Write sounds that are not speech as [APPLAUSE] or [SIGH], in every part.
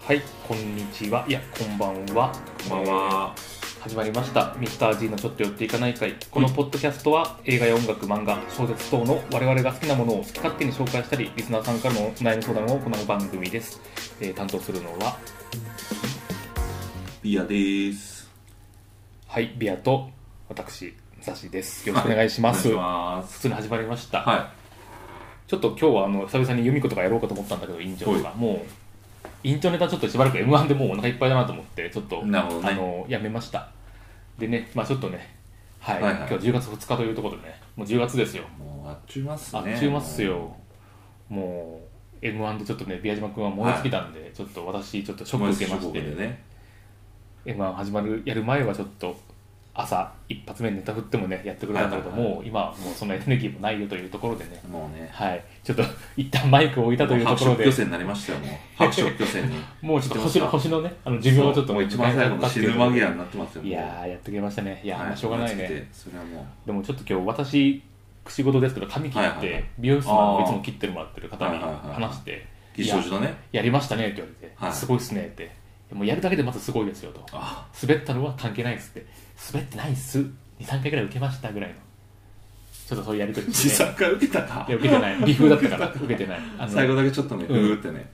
はい、こんにちは。いや、こんばんは。こんばんは。始まりました。ミスター G のちょっと寄っていかない会。このポッドキャストは映画や音楽、漫画、小説等の我々が好きなものを好き勝手に紹介したり、リスナーさんからのお悩み相談を行う番組です。えー担当するのは、ビアです。はい、ビアと私、ザシです。よろしくお願いします。お願いしま普す。通に始まりました。はちょっと今日はあの久々に読み子とかやろうかと思ったんだけど、委員長とか。はもう、委員長ネタちょっとしばらく M1 でもうお腹いっぱいだなと思って、ちょっと、なるほどねあの、やめました。でね、まあちょっとね、はい、はいはい今日10月2日というところでね、もう10月ですよ。い。もうあっちゅうますあね。っちゅうますよ。もう、M1 でちょっとね、宮島君は燃え尽きたんで、ちょっと私、ちょっとショック受けまして、でね。 M1 始まる、やる前はちょっと、朝一発目ネタ振ってもね、やってくれたんだけど、はいはいはいもう今はもうそのエネルギーもないよというところでね、もうね。はい、ちょっと一旦マイクを置いたというところ白色で巨、船になりました [LAUGHS] よ、もう。白色巨船に。もうちょっと知っ星のてますか星のね、あの寿命をちょっともう一番最後の死ぬ間際になってますよ。もういやー、やってくれましたね。いやー、はまあしょうがないね。。それはもでもちょっと今日私、仕事ですけど、髪切はいっはいはいて、美容室のあーいつも切ってもらってる方にはいはいはい話して、う、一生寺のね。やりましたねって言われて、はいすごいっすねって。もうやるだけでまずすごいですよと。あ滑ったのは関係ないっすって。滑ってないっす。2、3回ぐらい受けましたぐらいの。ちょっとそういうやりとり自して、ね。作が受けたかいや、。受けてない。微風だった [LAUGHS] から、受けてない。あの最後だけちょっとね、うーってね。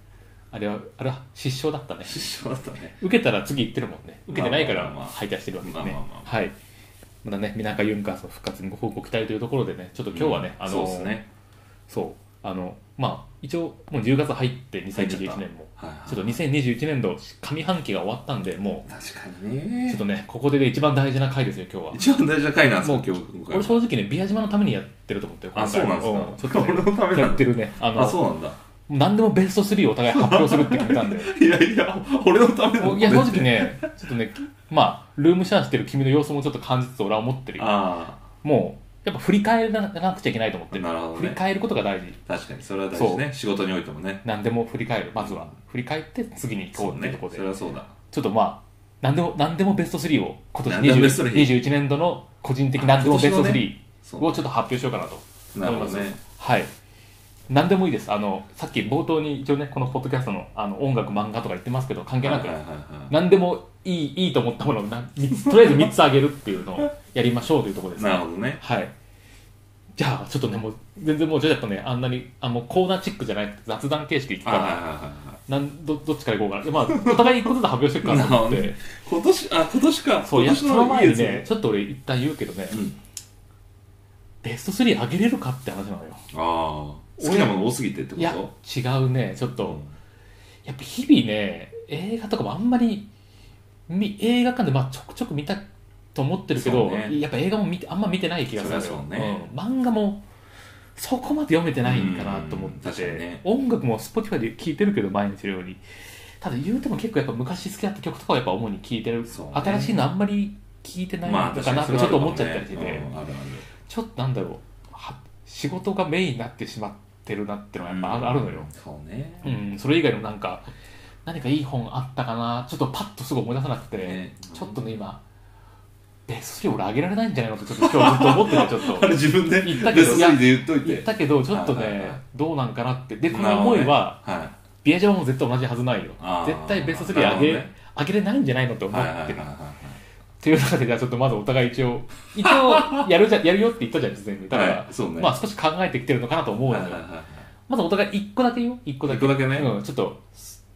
あれは、あれは失笑だったね。失笑だったね。受けたら次行ってるもんね受けてないからまあまあまあ敗退してるわけですねまあまあまあまはいまだねみなかユンカーさん復活にご報告期待というところでねちょっと今日はね、あのそうですね。そうあのまあ一応もう10月入って入っちゃった2021年もはいはいちょっと2021年度上半期が終わったんでも確かうにちょっね。とねここでね一番大事な回ですよ今日は一番大事な回なんですもかう、今日今俺回。正直ね宮島のためにやってると思ってあそうなんですかちょっと、ね、俺のためなんだやってるねあのあ、そうなんだ。何でもベスト3をお互い発表するって決めたんでいやいや、俺のため [LAUGHS] のいや、正直ね、ちょっとね、まあ、ルームシェアしてる君の様子もちょっと感じつつ、俺は思ってるよ。あもう、やっぱ振り返らなくちゃいけないと思ってる。なるほどね振り返ることが大事。あ、確かに、それは大事ね。仕事においてもね。何でも振り返る、まずは。振り返って、次に行こうっていうとねこ。ろそで。れはそうだ。ちょっとまあ、何でも、何でもベスト3を、今年何でもベスト20 3 21年度の個人的何でもベスト今年の3ねをちょっと発表しようかなとなる思いほまどす。ね。はい。何でもいいです。あの、さっき冒頭に一応ね、このポッドキャストのあの音楽、漫画とか言ってますけど、関係なく、はいはいはいは何でもいいいいと思ったものをな三つとりあえず3つあげるっていうのをやりましょうというところでい。すなるほどね。はいじゃあちょっとねもう全然もうちょっとねあんなにあもうコーナーチックじゃない雑談形式でいくかはいはいはいらはなんどどっちからいこうかな、まあ、お互い一個ずつ発表していくかなと思っなるてい。今年、あ、今年か。そうい今や年その前にいいねやちょっと俺一旦言うけどね、つうん。ベスト3あげれるかって話なのよああ。好きなもの多すぎてっていこやと違うねちょっと、うんやっぱ日々ね映画とかもあんまりみ映画館でまあちょくちょく見たと思ってるけど、そうねやっぱ映画も見てあんま見てない気がするのよそりゃそうねうん漫画もそこまで読めてないかなと思ってうん確て、かにね音楽も Spotify で聴いてるけど毎日のようにただ言うても結構やっぱ昔好きだった曲とかはやっぱ主に聴いてる、そうね新しいのあんまり聴いてないまあ、のかなとか確かにちょっとそれは思っちゃったりしてあるて、かもねうんあるちょっとなんだろうは仕事がメインになってしまってるなってのはやっぱある,、ある。あるのよ、そうね。うん、それ以外のなんか何かいい本あったかなちょっとパッとすぐ思い出さなくて、ねちょっとね今ベスト3俺あげられないんじゃないのってちょっと今日ずっと思ってたちょっあれと自分で、ベ言ったけどスト3で言っとい。言ってたけどちょっとね、はいはいはいどうなんかなってでこなるのほど思ねいは、はい。ビアジャマも絶対同じはずないよあー絶対ベスト3あげ,、なるほどねあげれないんじゃないのって思っはている、はいはいはいっていう中でじゃあちょっとまずお互い一応一 [LAUGHS] 応やるじゃやるよって言ったじゃん事前にだから、はいそうねまあ少し考えてきてるのかなと思うのはいよ、はいはいはい。まずお互い1個だけよ1個だ一け個だけね。うん、ちょっと、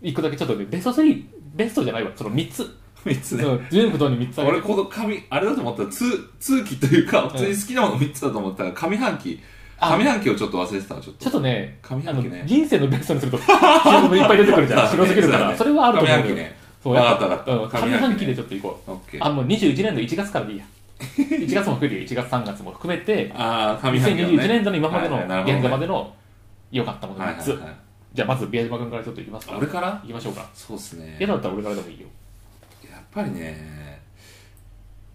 一個だけちょっとね、ベスト3、ベストじゃないわ、その3つ。 3つうね。ん、全部とに3つあげ俺る。この上あれだと思ったら通通期というか普通に好きなもの3つだと思ったら上半期あ上半期をちょっと忘れてたわちょっとちょっとね、上あ半の期ね人生のベストにすると、記憶もいっぱい出てくるじゃん。[LAUGHS] そ白うだすねぎるかそうだら。ねそれはあると思うん上半だ期よねそう、やわかっっぱ、たうんわかった上半期上半期でねちょっと行こう。オッケーあ、もう21年度1月からでいいや。1月も含めて、1月3月も含めて、あー上半期のね2021年度の今までの、はいはいなるほどね現在までの良かったものはい3はいつはい。じゃあまず、宮島君からちょっといきますか。俺からいきましょうか。そうですね嫌だったら俺からでもいいよ。やっぱりね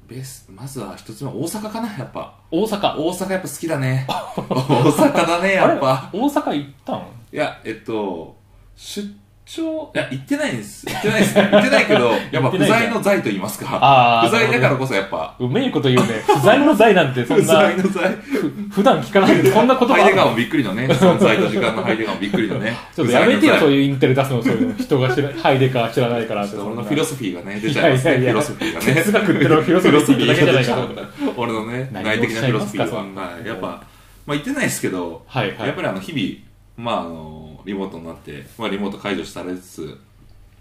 ベスまずは一つ目大阪かなやっぱ大阪。大阪やっぱ好き [LAUGHS] だね大阪だねやっぱあれ大阪行ったんいやえっと出長いや、言ってないんです。言ってないです。言ってな [LAUGHS] いけど、やっぱ不在の在と言いますか。ああ不在だからこそやっぱ、うめえこと言うね不在の財なんてそ不んな在の在。ふ普段聞かないけどこんな言葉ハイあデるガーもびっくりのね、存在と時間のハイデガーもびっくりのね。 [LAUGHS] ちょっとやめてよ不在の在そういうインテル出すのそういうの人が知らハイデカー知らないからって俺そんのなフィロソフィーがね、出ちゃいますね、いフやいやいやィロソフィーがね。哲学ってのはフィロソフィーって言っただけじゃ [LAUGHS] ないかと思った俺のね、何を内的なフィロソフィーおっしゃいますかそは、んは、ないやっぱ、まあ言ってないですけど、はいはいやっぱりあの日々、まああの、リモートになって、まあリモート解除されつつ、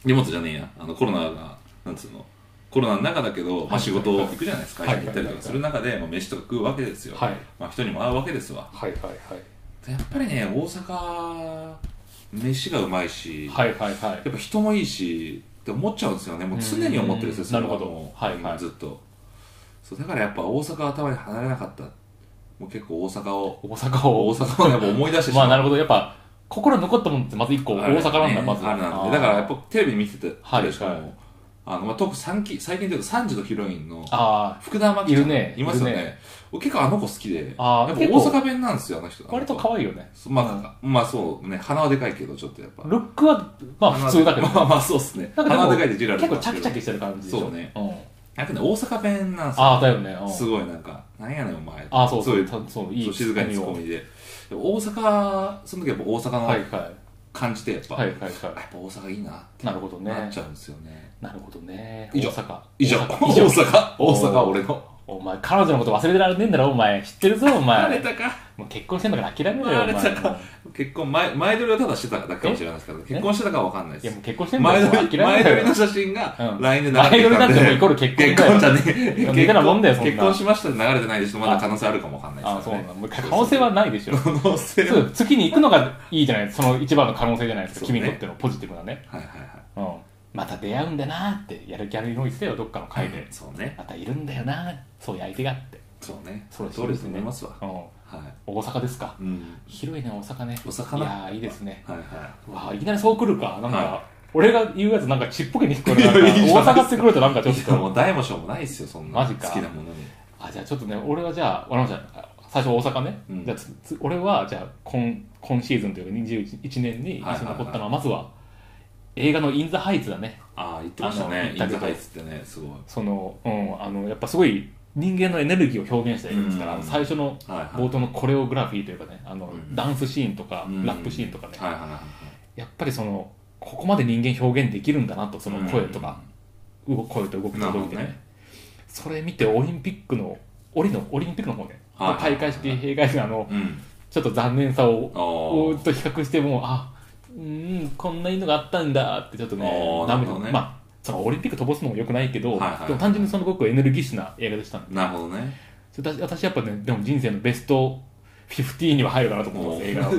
リモートじゃねえや、あのコロナが、なんつうの、コロナの中だけど、はまいあ仕事行くじゃないですか、はい会社に行ったりとかする中で、まあ飯とか食うわけですよ。はいまあ人にも会うわけですわ。はいはいやっぱりね、大阪、飯がうまいし、はいはいはいはいやっぱ人もいいしって思っちゃうんですよねもう常に思ってるんですよそうんれなるほどはいはいずっとそうだからやっぱ大阪は頭に離れなかったもう結構大阪を大阪を大阪をやっぱ思い出してしままあうなるほどやっぱ心に残ったものってまず一個大阪なんだ、まずあれなんでだからやっぱテレビ見てはたいでしかはいもあのまあ特に三期最近でいうと3時のヒロインのあ福田真紀ちゃんいるねいますよいるね僕結構あの子好きであーやっぱ大結構阪弁なんですよあの人あ割と可愛いよねまあまあそうね鼻はでかいけどちょっとやっぱルックはまあ普通だけどまあまあそうっすねなんか鼻もでかいでジラル結構なんでチすャキチャけどキしてる感じでしょそうねんなんかね、大阪弁なんですよ。ああだよねうんすごいなんか、なんやねんお前。ああそうそういう、たそういいそう静かにツッコミで。でも大阪、その時やっぱ大は阪いのは感じでやっいぱ、はいやっはいはぱ大阪いいなっいなるほどてなねっちゃうんですよね。なるほどね以上大阪以上、大大阪 [LAUGHS] 阪、大阪、おー俺の。お前彼女のこと忘れてられねえんだろお前知ってるぞお [LAUGHS] バレ前たか。もう結婚してんだから諦めろよおバ前レもたか。結婚、前、前撮りをただしてただけかもしれないですけど、結婚してたかはわかんないいやでもうす。結婚してんだ前よもう撮諦り、め前撮ろりよの写真うがん LINE で流れて前撮きたりなんんてもうで、イコール結婚結だよ婚じゃいねやえみたいなもんだよそんな結婚しましたって流れてないでしょ、まだ可能性あるかもわかんないですああそうからなねのもう可能性はないでし [LAUGHS] ょ可能性はそう月に行くのがいいじゃないその一番の可能性じゃないですか、そうね君にとってのポジティブなね、はいはいはい。うん、また出会うんだなーってやるギャルの言ってたよどっかの会で、そうね。またいるんだよなーそういう相手がって、そうね。そうです通りだと思いますわ。うん、は大阪ですかい。うん。広いね大阪ね大阪ないやーいいですねはいはわあいきなりそう来るかなんか、は俺が言うやつなんかちっぽけに聞こえるからいやいいじゃない大阪って来るとなんかちょっい。でもとう大も小もないですよ、そんな。マジか好きなものに。あじゃあちょっとね俺はじゃあわかりましたあ最初大阪ね、うんじゃあつつ俺はじゃあ今今シーズンというか21年に印象に残ったのはまずは映画の「イン・ザ・ハイツ」だねああ、言ってましたあのね。言イったンけザどハイツってね、すごい。その、うん、あのやっぱすごい人間のエネルギーを表現した映画ですから、うんうん最初のはいはい。冒頭のコレオグラフィーというかねあの、うんダンスシーンとか、うんラップシーンとかね、はいはいはいはい。やっぱりそのここまで人間表現できるんだなとその声とか、動声と動きと動きでなるほどねねそれ見てオリンピックのオリのオリンピックの方ね、はいはいはい大会式閉会式のあのうん。うん。ちょっと残念さをおおーーと比較してもあうんこんないいのがあったんだってちょっとねおーダメなるほどねまあそのオリンピック飛ばすのもよくないけど、はいはいでも単純にそのごくエネルギッシュな映画でしたんでなるほどね。それ私私やっぱねでも人生のベスト15には入るかなと思っもう、てます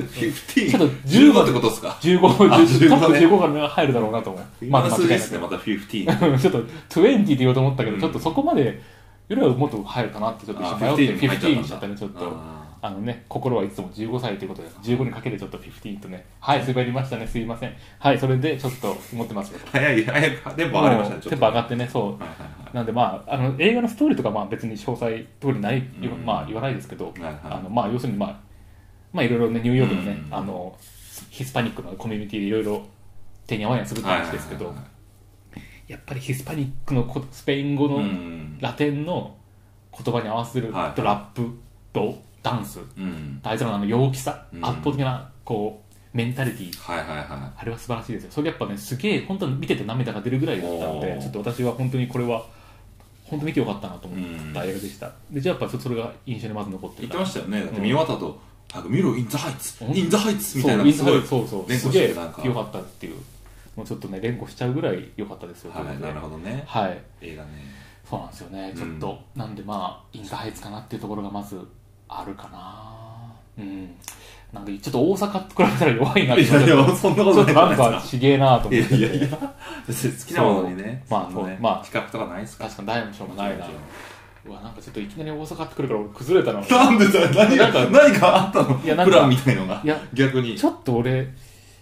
映画の15。ちょっと15 15ってことですか15分あ10 15トップね15から入るだろうなと思う今まのず数字間違でいなすね、くまた15。 [LAUGHS] ちょっと20って言おうと思ったけど、うんちょっとそこまでよりはもっと入るかなってちょっと一あ瞬ー迷って15に入っちゃったん15だにしちゃったねちょっとああのね、心はいつも15歳ということで、15にかけてちょっと15とね、はい、滑りましたね、すいません。はい、それでちょっと思ってますけどー。早い、早く、テンポ上がりましたね、ちょっと。テンポ上がってね、そはいはいはう。なんでまあ、あの映画のストーリーとかまあ別に詳細通りない、うんまあ言わないですけど、いはいあのまあ要するにまあ、まあいろいろね、ニューヨークのね、うんあの、ヒスパニックのコミュニティでいろいろ手に合わないするってはい。はい話ですけどはい、やっぱりヒスパニックのこスペイン語のはいはいうん。ラテンの言葉に合わせるとはラいップとダンスうん。あいつらのあの陽気さ、うん圧倒的なこうメンタリティーはいはいはあれは素晴らしいですよそれやっぱねすげえ本当に見てて涙が出るぐらいだったんでおーちょっと私は本当にこれは本当見てよかったなと思ったうん映画でした、でじゃあやっぱちょっとそれが印象にまず残ってい。る言からってましたよね。だって見終わった後、あ見ろ、インザハイツうんインザハイツみそたいうな、みすんなごでいそうそう連す呼げしえてよなんかかったっていうもうちょっとね連呼しちゃうぐらい良かったですよはい、なるほどね。どはい映画ね。そうなんですよねうんちょっと、なんでまあインザハイツかなっていうところがまずあるかなうんなんかちょっと大阪と比べたら弱いなっていやいや、そんなちこょとっなといじゃななんいでかちげえなと思っすか。ていやいやいや、別に [LAUGHS] 好きなものにね、そうまあそんなねそうまあ比較とかないですか確かに大もしょうもないなうわなんかちょっといきなり大阪ってくるから俺崩れたな [LAUGHS] なんでだよ、何なんが、か何かあったいやなんかのプランみたいのがいや、逆にち。ょっと俺い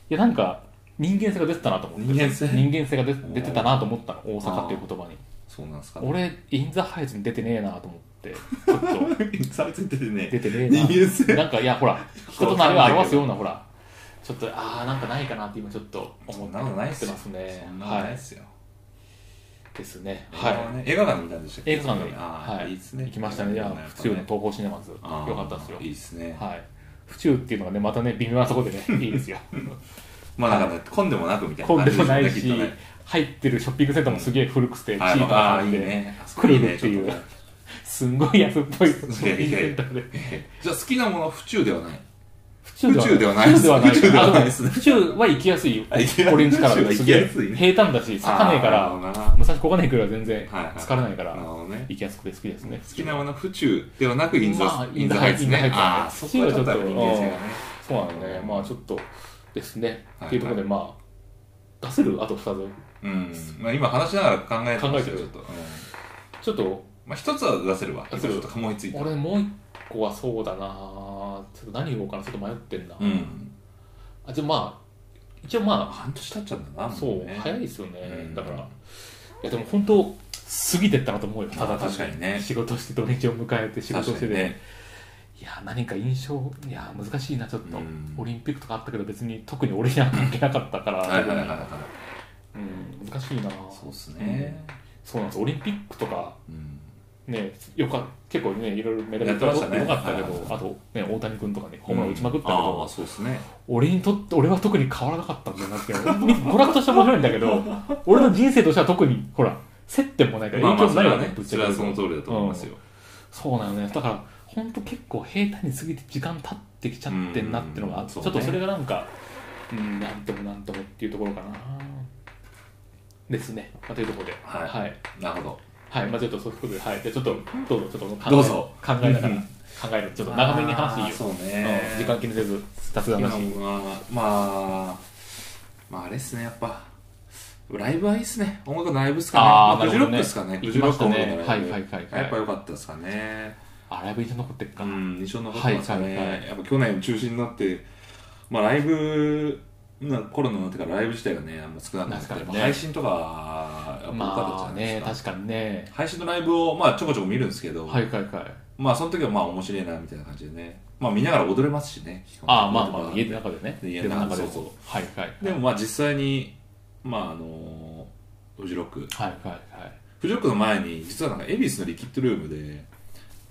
やなんか人間性が出てたなと思って人間性人間性が出出てたなと思ったの大阪っていう言葉にそうなんですかね。俺インザハイズに出てねえなと思ってち [LAUGHS] ょっとインザハイツ出てね出てねえな人間性。なんかいやほら人となりを表すようなほらちょっとああなんかないかなって今ちょっと思そっんてなことないっってすよますねそんなことはないっいすよ、ですね映画はいはね映画館で見たんでしたっけ映画館で、ああ、、はいい、いっすね行きましたね。いや、府中の東宝シネマズ、よああかったですよ。いいっすね、はい。府中っていうのがね、またね、微妙なとこで [LAUGHS] ね、いいですよ。まあなんかね混んでもなくみたいな混ん感でじもないすしよねきっとね、入ってるショッピングセンターもすげえ古くて、チーあプなああ感いじいで、ねクルルっていうあそこいいねちょっとねすんごい安っぽいショッピングセンターで。じゃあ好きなものは府中ではない府府中ではない府中ではない。府中ではないあですね府中は行きやす [LAUGHS] いよあ行きやす。い俺んちから府中ではす行げ [LAUGHS] きえや [LAUGHS] すいね平坦だし、咲かねえかあら、ーなるほどな武蔵小金井来るは全然はいはい疲れないかなるら、ほどね行きやすくて好きですね。好きなものは府中ではなくインザ、まあインザハイツねインザハあイあツそねこはちょっとやっぱ人間性がねそうなんだね、まあちょっとですね、はいっていうところで、まあ、出せるあと2つ、うん、まあ、今話しながら考えてますよ考えてるちょっと、うんちょっと、まあ一つは出せるわ出今せちるょっと思いついた俺、もう1個はそうだな、ちょっと何言おうかな、ちょっと迷ってんな、うんあじゃあまあ、一応ま半年経っちゃったんだあ、なそう、もね早いですよね、うんだから、いや、でも本当、過ぎてったなと思うよ、ただ単確かにね仕事して、土日を迎えて、仕事確しかてにで、ねいや、何か印象、いや、難しいな、ちょっと、うんオリンピックとかあったけど、別に特に俺には関係なかったから、はいはいはいはうん、難しいな。いそうっすね、そうなんですオリンピックとか、うんね、よか結構ね、いろいろメダルやってましたねよかったけど、はいはいはいあと、ね、大谷君とかね、ホームラン打ちまくったけど、ああそうですね俺にとって、俺は特に変わらなかったんだなって、娯楽として面白いんだけど、俺の人生としては特に、ほら、接点もないから、影響もないわけ、ぶっちそゃれけは言うそとの通りだと思いますよ、そうなのね、だから、本当結構平坦に過ぎて時間経ってきちゃってんなってのがあって、うんちょっとそれがなんか、うん、なんともなんともっていうところかな。ですね。まあというところで、はいはいなるほどはい、まあちょっとそういうことで、はい、じゃあちょっと、どうぞ、ちょっと考えどうぞ考えながら、うん考える、ちょっと長めに話していいよ。そううん時ね間気にせず、雑談今なのし。まあまあまああれっすねやっぱライブはいいっすね音楽のライブっすかねあーまフジロックっすなかるほどねねフジロック音楽のライ行きブましたねはいはいはいはいやっぱ良かったっすかねあ、ライブ印象残ってっか。うん印象残ってますかね、はいはいはいやっぱ去年中止になってまあライブなコロナになってからライブ自体がねあんま少なくなって確かにねやっぱ配信とかやっぱ多かったまあじゃないでね、すか,、確かにね。配信のライブをまあちょこちょこ見るんですけど、はいはいはい。まあその時はまあ面白いなみたいな感じでねまあ見ながら踊れますしね基本的にあまあまあ、家の中でね。家の中で家もそうそうはいはい。でもまあ実際にまああのフジロックはいはいはい。フジロックの前に実はなんか恵比寿のリキッドルームで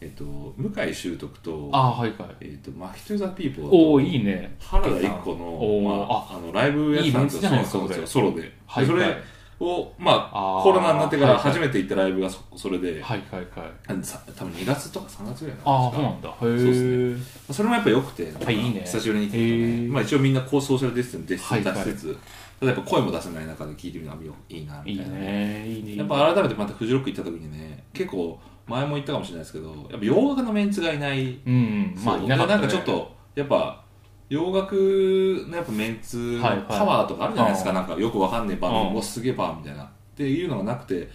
えっと向井秀徳とあはいはい。えっとマヒトゥザピーポーおおといいね。原田一子おーのまああのライブやってたんですいいメンツじゃよないですかそうなんですよそソロでではいそはい。はいれをまあーあコロナになってかはいらはい初めて行ったライブがそそれではいはい。さ多分2月とか3月ぐらいああ、なんそうでなんだ。へそうっすえ。すかそれもやっぱ良くてなんかいいね久しぶりに聞へいてーねまあ一応みんなこうソーシャルディスタンスディスタンスはいはいしつつただやっぱ声も出せない中で聞いてみるのはいいないいみたいなね、いいね。やっぱ改めてまたフジロック行った時にね結構前も言ったかもしれないですけどやっぱ洋楽のメンツがいないうん、まあ、そういなかった、ね。でんかちょっとやっぱ洋楽のやっぱメンツのはいはいパワーとかあるじゃないですか、なんかよくわかんねえバンド、うんうわすげえバーみたいなっていうのがなくて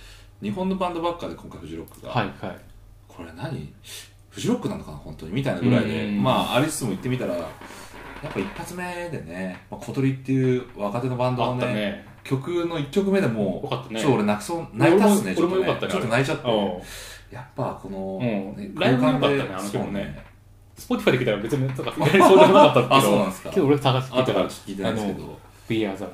日本のバンドばっかで今回フジロックが、はいはい。これ何フジロックなのかな本当にみたいなぐらいで、うんまあありつつも行ってみたらやっぱ一発目でね、まあ、小鳥っていう若手のバンドあのったねね。曲の1曲目でもよかったねちょっと俺泣きそう泣いたっすね俺も俺ちょっとねもよかったねちょっと泣いちゃって、うん。やっぱこの、うんねライブも良かったね空間であの曲もねそうスポティファイで来たら別に [LAUGHS] なんか意外にそうでもなかったあけど、そうなんですかけど俺探して聞い後たからら、聞いてないですけど We are the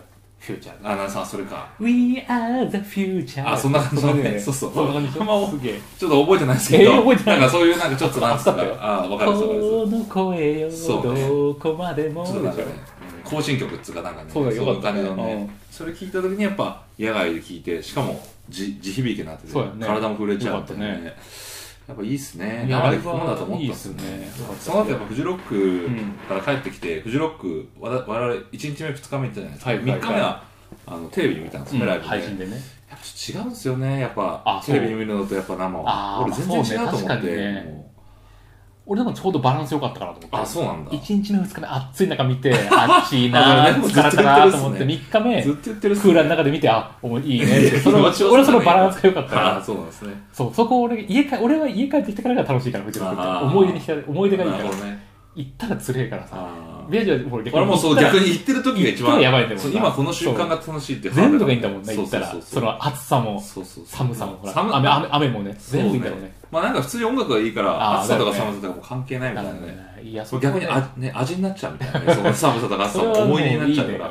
future. あなさそれか We are the future. あそんな感じだそねんなそうそうそんな感じでしょあんますげえ。ちょっと覚えてないですけど、えー覚えてないんかそういうなんかちょっとなんつうあかったよあわかるわかるわこの声よ、そうねどこまでも。かるちょっとなんかね更新曲っつうかなんかねそうだよいう感じのよかったねねそれ聞いた時にやっぱ野外で聞いてしかも地地響きになってて、そうだね体も震えちゃうみたいなよかったねやっぱいいっすねいや生で聞くもんだと思ったいいっっすすねねよかったその後やっぱフジロックから帰ってきて、フジロックわた我々1日目2日目行ったじゃないですか、はいはいはい3日目はあのテレビで見たんですよね、ライブで配信でね。やっぱちょっと違うんですよねやっあぱそうテレビで見るのとやっぱ生あはー俺全然違うと思まあそうねって、確かにねも俺でもちょうどバランス良かったかなと思って。うあそうなんだ1日目2日目暑い中見 [LAUGHS] て、あっちいなあでー、も疲れたなーと思って、ずっと3日目、ずっクと言ってるっすーラーの中で見て、あ、おもいいね [LAUGHS] って。その俺気持ちよさはそのバランスが良かったかああ [LAUGHS] ら、そうなんですねそう、そこ俺、家か、俺は家帰ってきてからが楽しいから、もちろん。あー思い出に浸れ思い出がいいかならるほ。どね行ったらつれえからさ、あなビアジはほら俺もうそう逆に言ってる時が一番行ったらやばいんだもんなそう今この瞬間が楽しいって全部がいいんだもんねそ言うっそたうらそうその暑さもそうそうそう寒さもほら寒雨雨雨もね全部いいんだろうそうねまあなんか普通に音楽がいいかあーら暑さとかだよね寒さとかもう関係ないみたないるなほどねねいやそうこは逆ねにあ、ね、味になっちゃうみたいな [LAUGHS] ねその寒さとか暑さも思い出になっちゃうから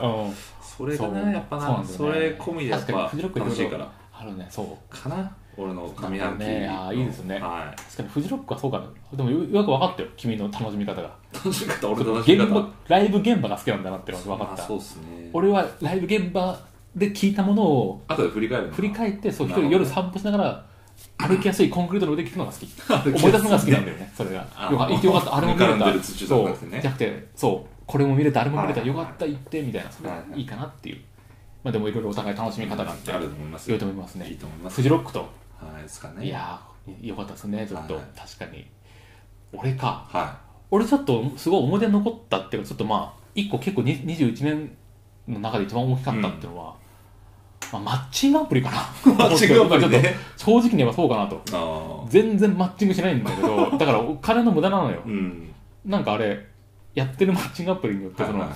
それはもいいねそそれがうねやっぱそうななんだよそねれ込みでやっ確かにぱフジロックいろい楽ろしいからうんあるねそうかな俺の上半期そうだねあーいいですねは確かにフジロックはそうかなでもよよく分かったよ君の楽しみ方がい楽しかった俺の楽し現み方場ライブ現場が好きなんだなってのが分かまっあたそうっすね俺はライブ現場で聞いたものを後で振り返るの振り返ってそう一な人るほど夜散歩しながら歩きやすいコンクリートの上で聞くのが好き思思い出すのが好き [LAUGHS] なんだよね、それが。よあかった、よかった、あれも見れぬかるんでた。る土とそかうですねじゃなくて、そう、これも見れた、あれも見れた、はいよかった、行って、みたいな、それがいいかなっていう。まあでも、いろいろお互い楽しみ方があってあ、ると思います良いと思いますねいいと思いますフジロックと、はいですかねいやー、よかったですね、ちょっとはい、確かに。俺か。は俺ちょっと、すごい思い出に残ったっていうか、ちょっとまあ、一個結構に21年の中で一番大きかったっていうのは、まあ、マッチングアプリかな。マッチングアプリね [LAUGHS] ちょっと正直に言えばそうかなと。いあ全然マッチングしないんだけ [LAUGHS] ど、だからお金の無駄なのよあ。うんなんかあれ、やってるマッチングアプリによって、そはいのはい、は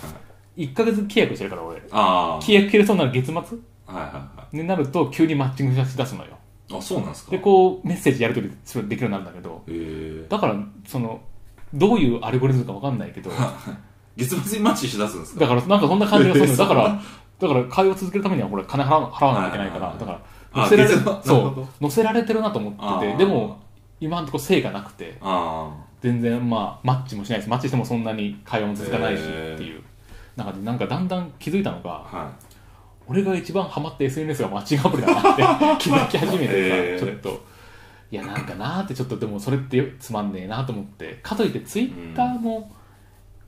い1ヶ月契約してるから俺、ああ契約切れそうになる月末はいはいはになると、急にマッチングし出すのよ。いあそうなんですかで、こう、メッセージやり取りするできるようになるんだけど、へえだから、その、どういうアルゴリズムかわかんない [LAUGHS] けど、月末にマッチしだすんですだかから、なんかそんな感じがするのよ。そだうから、だから、会話を続けるためには、これ、金払わ払わなきゃいけないかはら、いだはいから、あ乗せられ月末なるほどそう、乗せられてるなと思ってあて、ーでも、今のところ成果なくて、あ全然まあマッチもしないですマッチしてもそんなに会話も続かないしっへーていう中でなんかだんだん気づいたのあがは俺が一番ハマって SNS がマッチングアプリだなって気づき始めてへーさちょっといやなんかなーってちょっとでもそれってつまんねえなと思ってかといってツイッターも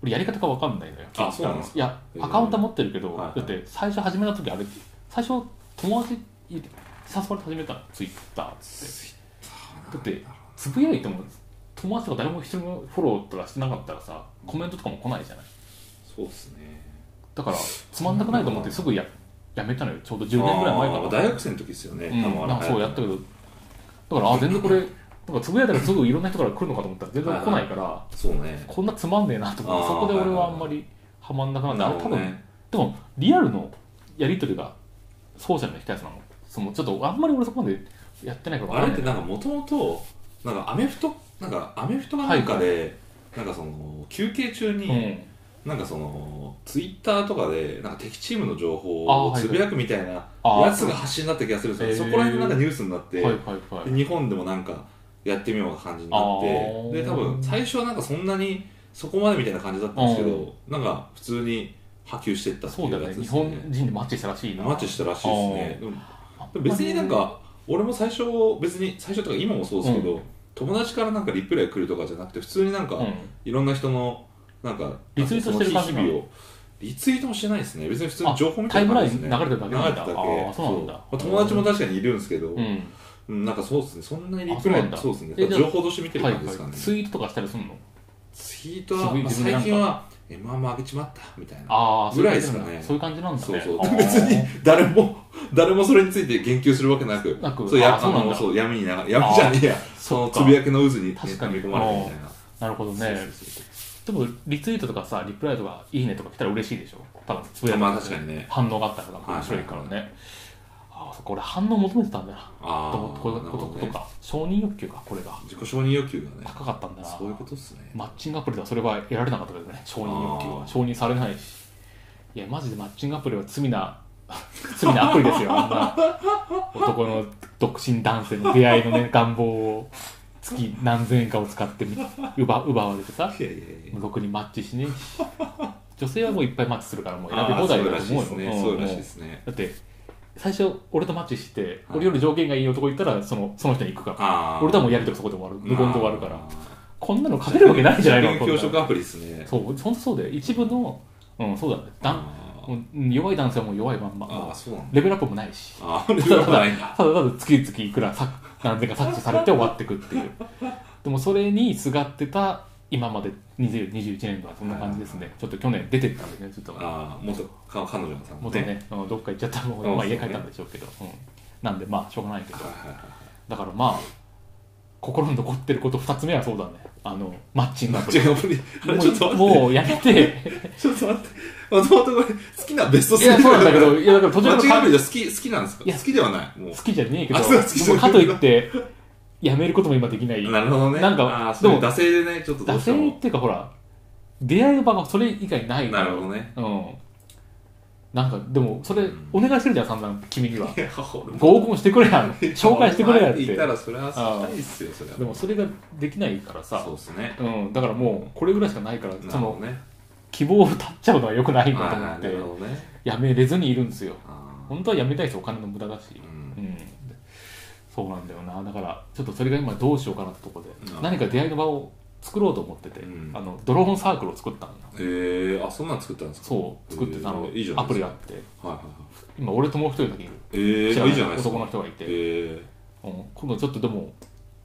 俺やり方が分かんないのよあそうなんですいやへーアカウントは持ってるけどはいだはいって最初始めた時あれ最初友達に誘われて始めたのツイッターって。だってつぶやいても友達とか誰も一人もフォローとかしてなかったらさコメントとかも来ないじゃないそうっすねだからつまんなくないと思ってすぐややめたのよちょうど10年ぐらい前かあらー大学生の時ですよねうん多分あれなんかそうやったけどだからあ全然これなんかつぶやいたらすぐいろんな人から来るのかと思ったら全然来ないからそうねこんなつまんねえなと思ってあーそこで俺はあんまりハマんなくなったなあるれ多ほど分ねでもリアルのやり取りがソーシャルの控えつなのそのちょっとあんまり俺そこまでやってないからわあかれんっないてなんかもともとなんかアメフトなんかアメフトがなんかでなんかその休憩中うにんなんかそのツイッターとかでなんか敵チームの情報あーはいをはいつぶやくみたいなあーやつが発信になった気がするんですよへーそこら辺でなんかニュースになってはいはいはいで日本でもなんかやってみような感じになあーってで多分最初はなんかそんなにそこまでみたいな感じだったんですけどなんか普通に波及してったってそういだうよねやつで日すね本人でマッチしたらしいなマッチしたらしいですねでもあんまり別になんか俺も最初別に最初とか今もそうですけど、友達からなんかリプライ来るとかじゃなくて普通になんか、うんいろんな人のなんかリツイートしてる感じその日々をリツイートもしてないですね別に普通あに情報みたいな感じですねタイムライン流れてるだけなんだ流れてるあーそうなんだまあ友達も確かにいるんですけど、ううんんなんかそうですねそんなにリあプそうラなイんだそうですねえじゃあ情報として見てるはい感じはですかね、いツイートとかしたりするのツイートは、まあすごい自分でなん最か近はえまあまあ上げちまったみたいなああぐらいですかねそういう感じなんだそうねそうあー別に誰も誰もそれについて言及するわけなくなくそうあやそうなんだあのそう闇にな闇じゃねえやそそのっかつぶやきの渦にね確かに飲み込まれるみたいななるほどそねうそうそうでもリツイートとかさリプライとかいいねとか来たら嬉しいでしょ多分つぶやいまあた確かにね反応があったらはい面白いからねああそっか俺反応求めてたんだよあなあと思ってこういうなるこほとどこねとか承認欲求かこれが自己承認欲求がね高かったんだなそういうことっすねマッチングアプリではそれは得られなかったけどね承認欲求あはー承認されないしいやマジでマッチングアプリは罪な [LAUGHS] 罪なアプリですよあんな男の独身男性の出会いの [LAUGHS] ね願望を月何千円かを使ってみ奪奪われてさいやいやいやろくにマッチしねえし女性はもういっぱいマッチするからもう選び放題あーそだうらとしいで思うすよねんそうらしいですねだって最初俺とマッチしてはい俺より条件がいい男いたらそのその人に行くからああ俺とはもうややりとりそこで終わる無言で終わるからこんなの勝てるわけないんじゃないのこんな教職アプリですねそう、本当そうだよ。一部の、うん、そうだね。だんあーうん弱い男性はもう弱いまんま。あーそうなんだレベルアップもないし。ああそうなんない [LAUGHS] ただただ月々いくらさ何千か察知されて終わってくっていう。でもそれにすがってた今まで20 21年度はそんな感じですね。ちょっと去年出てったんですね、ちょっと。ああ元か彼女さん元ね、うんどっか行っちゃったもうまあんそう家ね帰ったんでしょうけど。うんなんでまあしょうがないけどはい。はいはいだからまあ、心に残ってること2つ目はそうだねあのマッチングアプ違リう、アプリ。あれ、ちょっともう待っもうやめてて。ちょっと待って。松本これ、好きなベストいやそうなんだけどマいやだから途中ッチングアかプリじゃ好き、好きなんですかいや好きではない。もう好。きじゃねえけどあそう好きじでもゃねかえけどといってやめることも今できないなるほどね。なんかあーそういうでも惰性でね、ちょっとど惰うして性っも。ていうかほら出会いの場がそれ以外ないなるほどね。うんなんかでもそれんお願いしてるじゃん散々君 [LAUGHS] にはいや、俺も合コンしてくれ [LAUGHS] やん紹介してくれやっていたでら、それはしたいっすよ、それは。もそれができないからさそうっすね。うん、だからもうこれぐらいしかないからなそるほどのね。希望を絶っちゃうのは良くないなと思あっーなてるほどね。やめれずにいるんですよあ本当はやめたい人お金の無駄だしーううんんそうなんだよなだからちょっとそれが今どうしようかなってとこでうん何か出会いの場を作ろうと思ってて、うんあのドローンサークルを作ったのよえー、あ、そんなん作ったんですかそう作ってたの、えーいいじゃなアいプでリすかがあってはいはいはい。今俺ともう一人だけいるえー、知らいないじゃないですか。男の人がいて、えうん今度ちょっとでも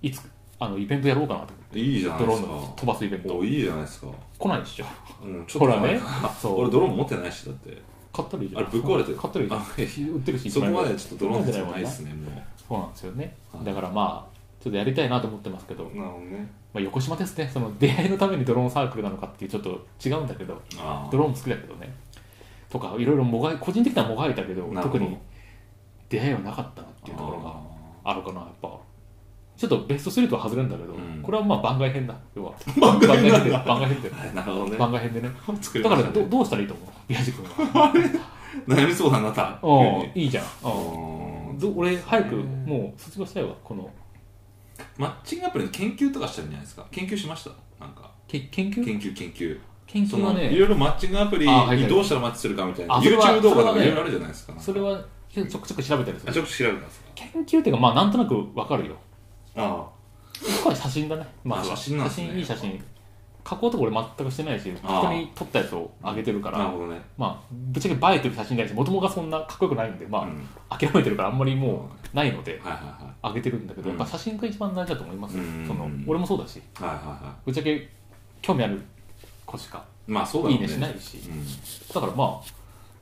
いつあのイベントやろうかなとー、いいじゃないドでローすンか。の飛ばすイベンおトいいじゃないですか。来ないでしょうん、ちょっほとらねそう俺ドローン持ってないしだって買ったらいいじゃんあれぶっ壊れてる買ったらいいじゃんあ売ってるしそこま一枚ぐでらいちょっとドローンじゃないですねもそうなんですよねはいだからまあちょっとやりたいなと思ってますけど、うまなるほどねあ、横島ですねその出会いのためにドローンサークルなのかっていうちょっと違うんだけどあドローン好きだけどねとかいろいろもがい個人的にはもがいたけどなるほ特どに出会いはなかったなっていうところががあるかなやっぱちょっとベスト3とは外れるんだけど、うんこれはまあ番外編だ要は [LAUGHS] 番外編なんだ番外編だよなるほどね番外編でね [LAUGHS] 作りだまかしらたどねどうしたらいいと思う宮治君 [LAUGHS] は悩みそうだなあなたうん急にいいじゃん、う、うんんど俺早くそうねもう卒業したいわこのマッチングアプリの研究とかしたんじゃないですか研究しましたなんかけ研究研究研究研そ究はのいねろいろマッチングアプリあはいはいにどうしたらマッチするかみたいなあそれは YouTube 動画とそれはかねいろいろあるじゃないですかそれはちょくちょく調べたりすあるちょっと調べたんですか研究っていうかまあなんとなくわかるよあこれ写真だねまずはあ写真なんですね写真いい写真加工とか俺全くしてないしあ人に撮ったやつを上げてるかあなるらほどねまあぶっちゃけ映えてる写真だしもともとがそんなかっこよくないんでまあ、うん諦めてるからあんまりもうないのではいはいは上いげてるんだけど、うんやっぱ写真が一番大事だと思いますよ、うんその俺もそうだしはいはいはぶっちゃけ興味ある子しかいまあそうだいろいうねねしないし、うんだからまあ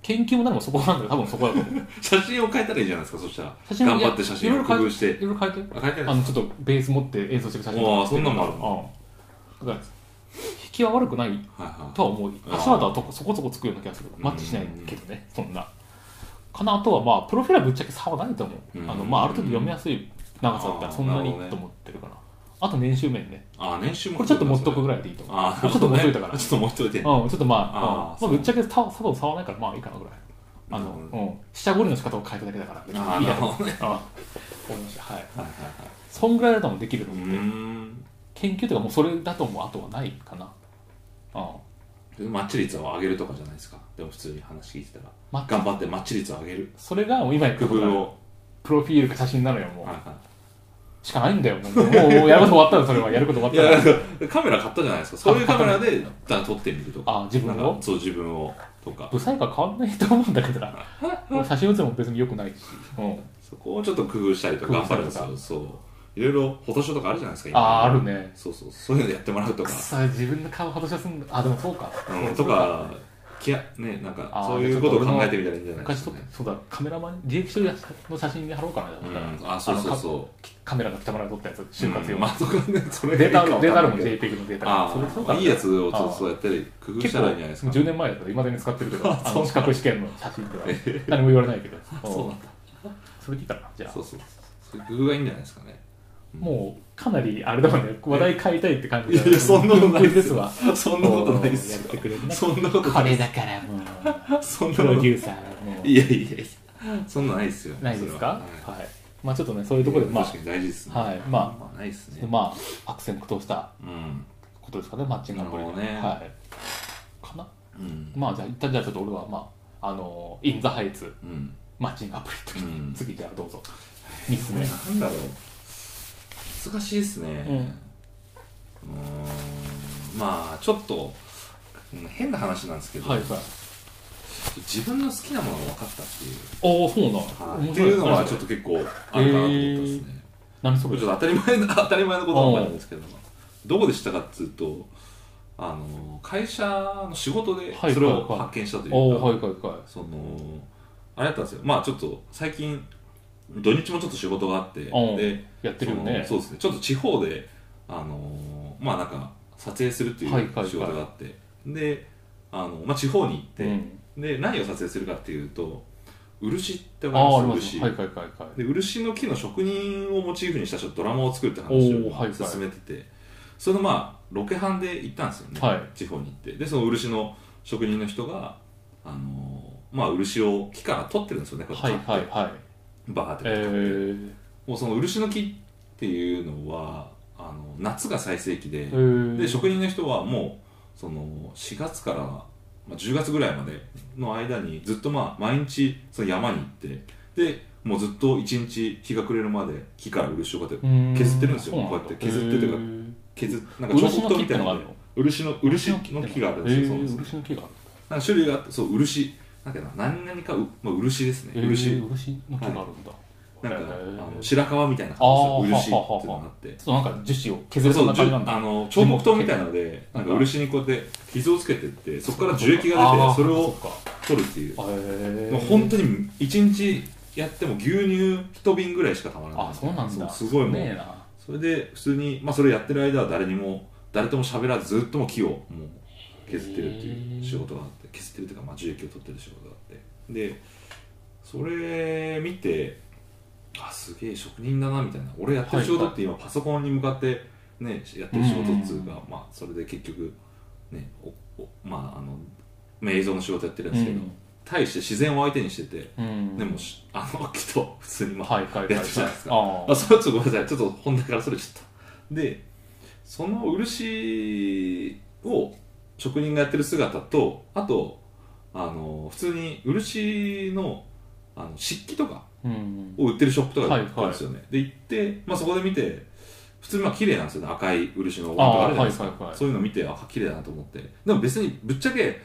研究も何もそこなんだけど多分そこだと [LAUGHS] 思う写真を変えたらいいじゃないですかそしたら写真頑張って写い真やをいろ工いろ変え夫していろいろ変えてあ変えてあないのちょっとベース持って演奏してる写真おーそんなのもうあるんだから引きは悪くないはいはとは思うあー足技はとこそこそこつくような気がするうんマッチしないけどね、そんなかなあとはまあプロフィールはぶっちゃけ差はないと思う、うんあのまあある程度読みやすい長さだったらそんなにいいと思ってるかなあと年収面ねあ年収もこれちょっと持っとくぐらいでいいと思うあちょっと持っといたね [LAUGHS] からちょっと持っといてうん、ちょっとまああーうんまそあ、うぶっちゃけ差は差は差はないからまあいいかなぐらいあなるほどの、うん、下ごりの仕方を変えただけだから別あにいいーなだる [LAUGHS] ろうほどねうんわかりましたはいはいはいそんぐらいだともうできるとはい思ううーん研究とかもうそれだともうあとはないかなうんでマッチ率を上げるとかじゃないですかでも普通に話聞いてたらマッチ頑張ってマッチ率を上げるそれがもう今言って工ることだ夫をプロフィールか写真なのよもう、はいはしかないんだよもうもうもうやること終わったのそれはやることいい [LAUGHS] 終わっやなたんのかカメラ買ったじゃないですかそういうカメラでだから撮ってみるとかあ自分なんをかそう自分をとか不細工は変わんないと思うんだけどな [LAUGHS] 俺写真写るのも別に良くないし、うん、そこをちょっと工夫したりとか工頑夫した張るりとんですかよそういろいろフォトショーとかあるじゃないですかあ今ああるねそうそうそういうのでやってもらうとくっかさ自分の顔外しすんだあでもそうか、うん、とか、きやね、なんかあーそういうことを考えてみたらいいんじゃないで昔すとか、ね。そうだカメラマン履歴書の写真に貼ろうかなうだから、ん、あ、そうそうそう。カメラが北村が撮ったやつ就活用、うんまあ、そこはね、それデータデータあるもんね。 JPEG のデータあそれそうあ、だねいいやつをちょっあとーそうやったり、工夫し結た構らいいんじゃないですか。 10年前だからいまだに使ってるけ [LAUGHS] どあそのう資格試験の写真とか何も言われないけどそうなんだそれでいいかなじゃあそうそう。そういう工夫がいいんじゃないですかね。もうかなりあれだもんね話題変えたいって感じだねいやそんなことない文句ですわそんなことないっすよやってくれるねそんなことこれだからもうそんなプこロとデューサーもいやいやいや、そんなないですよ。ないですかはそれい、ははいまあちょっとねそういうところでまあ確かに大事ですね。はいまあ、ないですでね。まあアクセントとしたうん。ことですかねマッチングアプリなるほどねはいかなうん。まあじゃあ一旦じゃあちょっと俺はまああのインザハイツうん。マッチングアプリと、うん次じゃあどうぞ3つ目なんだろう難しいですねうんうーんまあちょっとうん変な話なんですけど、はいはい自分の好きなものが分かったっていう、おおそうなんはい面って白いうのはちょっとと結構あるかなと思ったんですね、何そこれれちょっと当たり前な当たり前のことなんですけどどうでしたかっつうとあの会社の仕事ではいそれはいをはい発見したというか、おおはいはいはいそのあれだったんですよまあちょっと最近土日もちょっと仕事があって、うんでやってるよねそのそうですねちょっと地方であのーまあなんか撮影するっていはいはいうはい仕事があって、であの、まあ、地方に行って、うんで何を撮影するかっていうと漆ってわああありかりまますす漆、ねはいはいはいはいで漆の木の職人をモチーフにしたちょっとドラマを作るって話おーはいはいを進めてて、そのまあロケハンで行ったんですよね、はい地方に行ってでその漆の職人の人が、あのーまあ、漆を木から取ってるんですよねこうやっはいて買ってはいはいバーってえーもうその漆の木っていうのはあの夏が最盛期で、えーで職人の人はもうその4月から、まあ、10月ぐらいまでの間にずっとまあ毎日その山に行ってでもうずっと1日日が暮れるまで木から漆をこうやって削ってるんですよそうなんだこうやって削ってというかへー削なんか彫刻刀みたいなので漆の漆の木木があるんですよ、そうえなんですーよ漆の木があるなんか種類があってそう漆なんかな何々かう、まあ、漆ですね、えー漆漆の木があるんだなんか、へーあの白川みたいなあ感ーじですよ漆はははっていうのがあってそうなんか樹脂を削そるそんうそうなじ感ゅじなんだあの彫刻刀みたいなのでなんか漆にこうやって傷をつけてってそこから樹液が出あーてそれっをか取るっていうへもうー本当に一日やっても牛乳一瓶ぐらいしかたまらないあそうなんだそうすごいもねえうなそれで普通にまあそれやってる間は誰にも誰とも喋らずずっともう木をもう削ってるっていう仕事があって削ってるっていうかまあ樹液を取ってる仕事があってでそれ見てあすげえ職人だなみたいな俺やってる仕事って今パソコンに向かってねやってる仕事っつうかうんまあそれで結局ねおおまああのまあ映像の仕事やってるんですけど、うん対して自然を相手にしてて、うんでもしあの木と普通にまあ、はいはいはいやってるじゃないですかああそれはちょっとごめんなさいちょっと本題からそれちゃったでその漆を職人がやってる姿とあとあの普通に漆のあの漆器とかーうんを売ってるショップとかがあるんですよね、で行って、まあ、そこで見て普通にまあ綺麗なんですよね赤い漆のあとかあーるじはゃないいですか、はいはいそういうの見てあ綺麗だなと思ってでも別にぶっちゃけ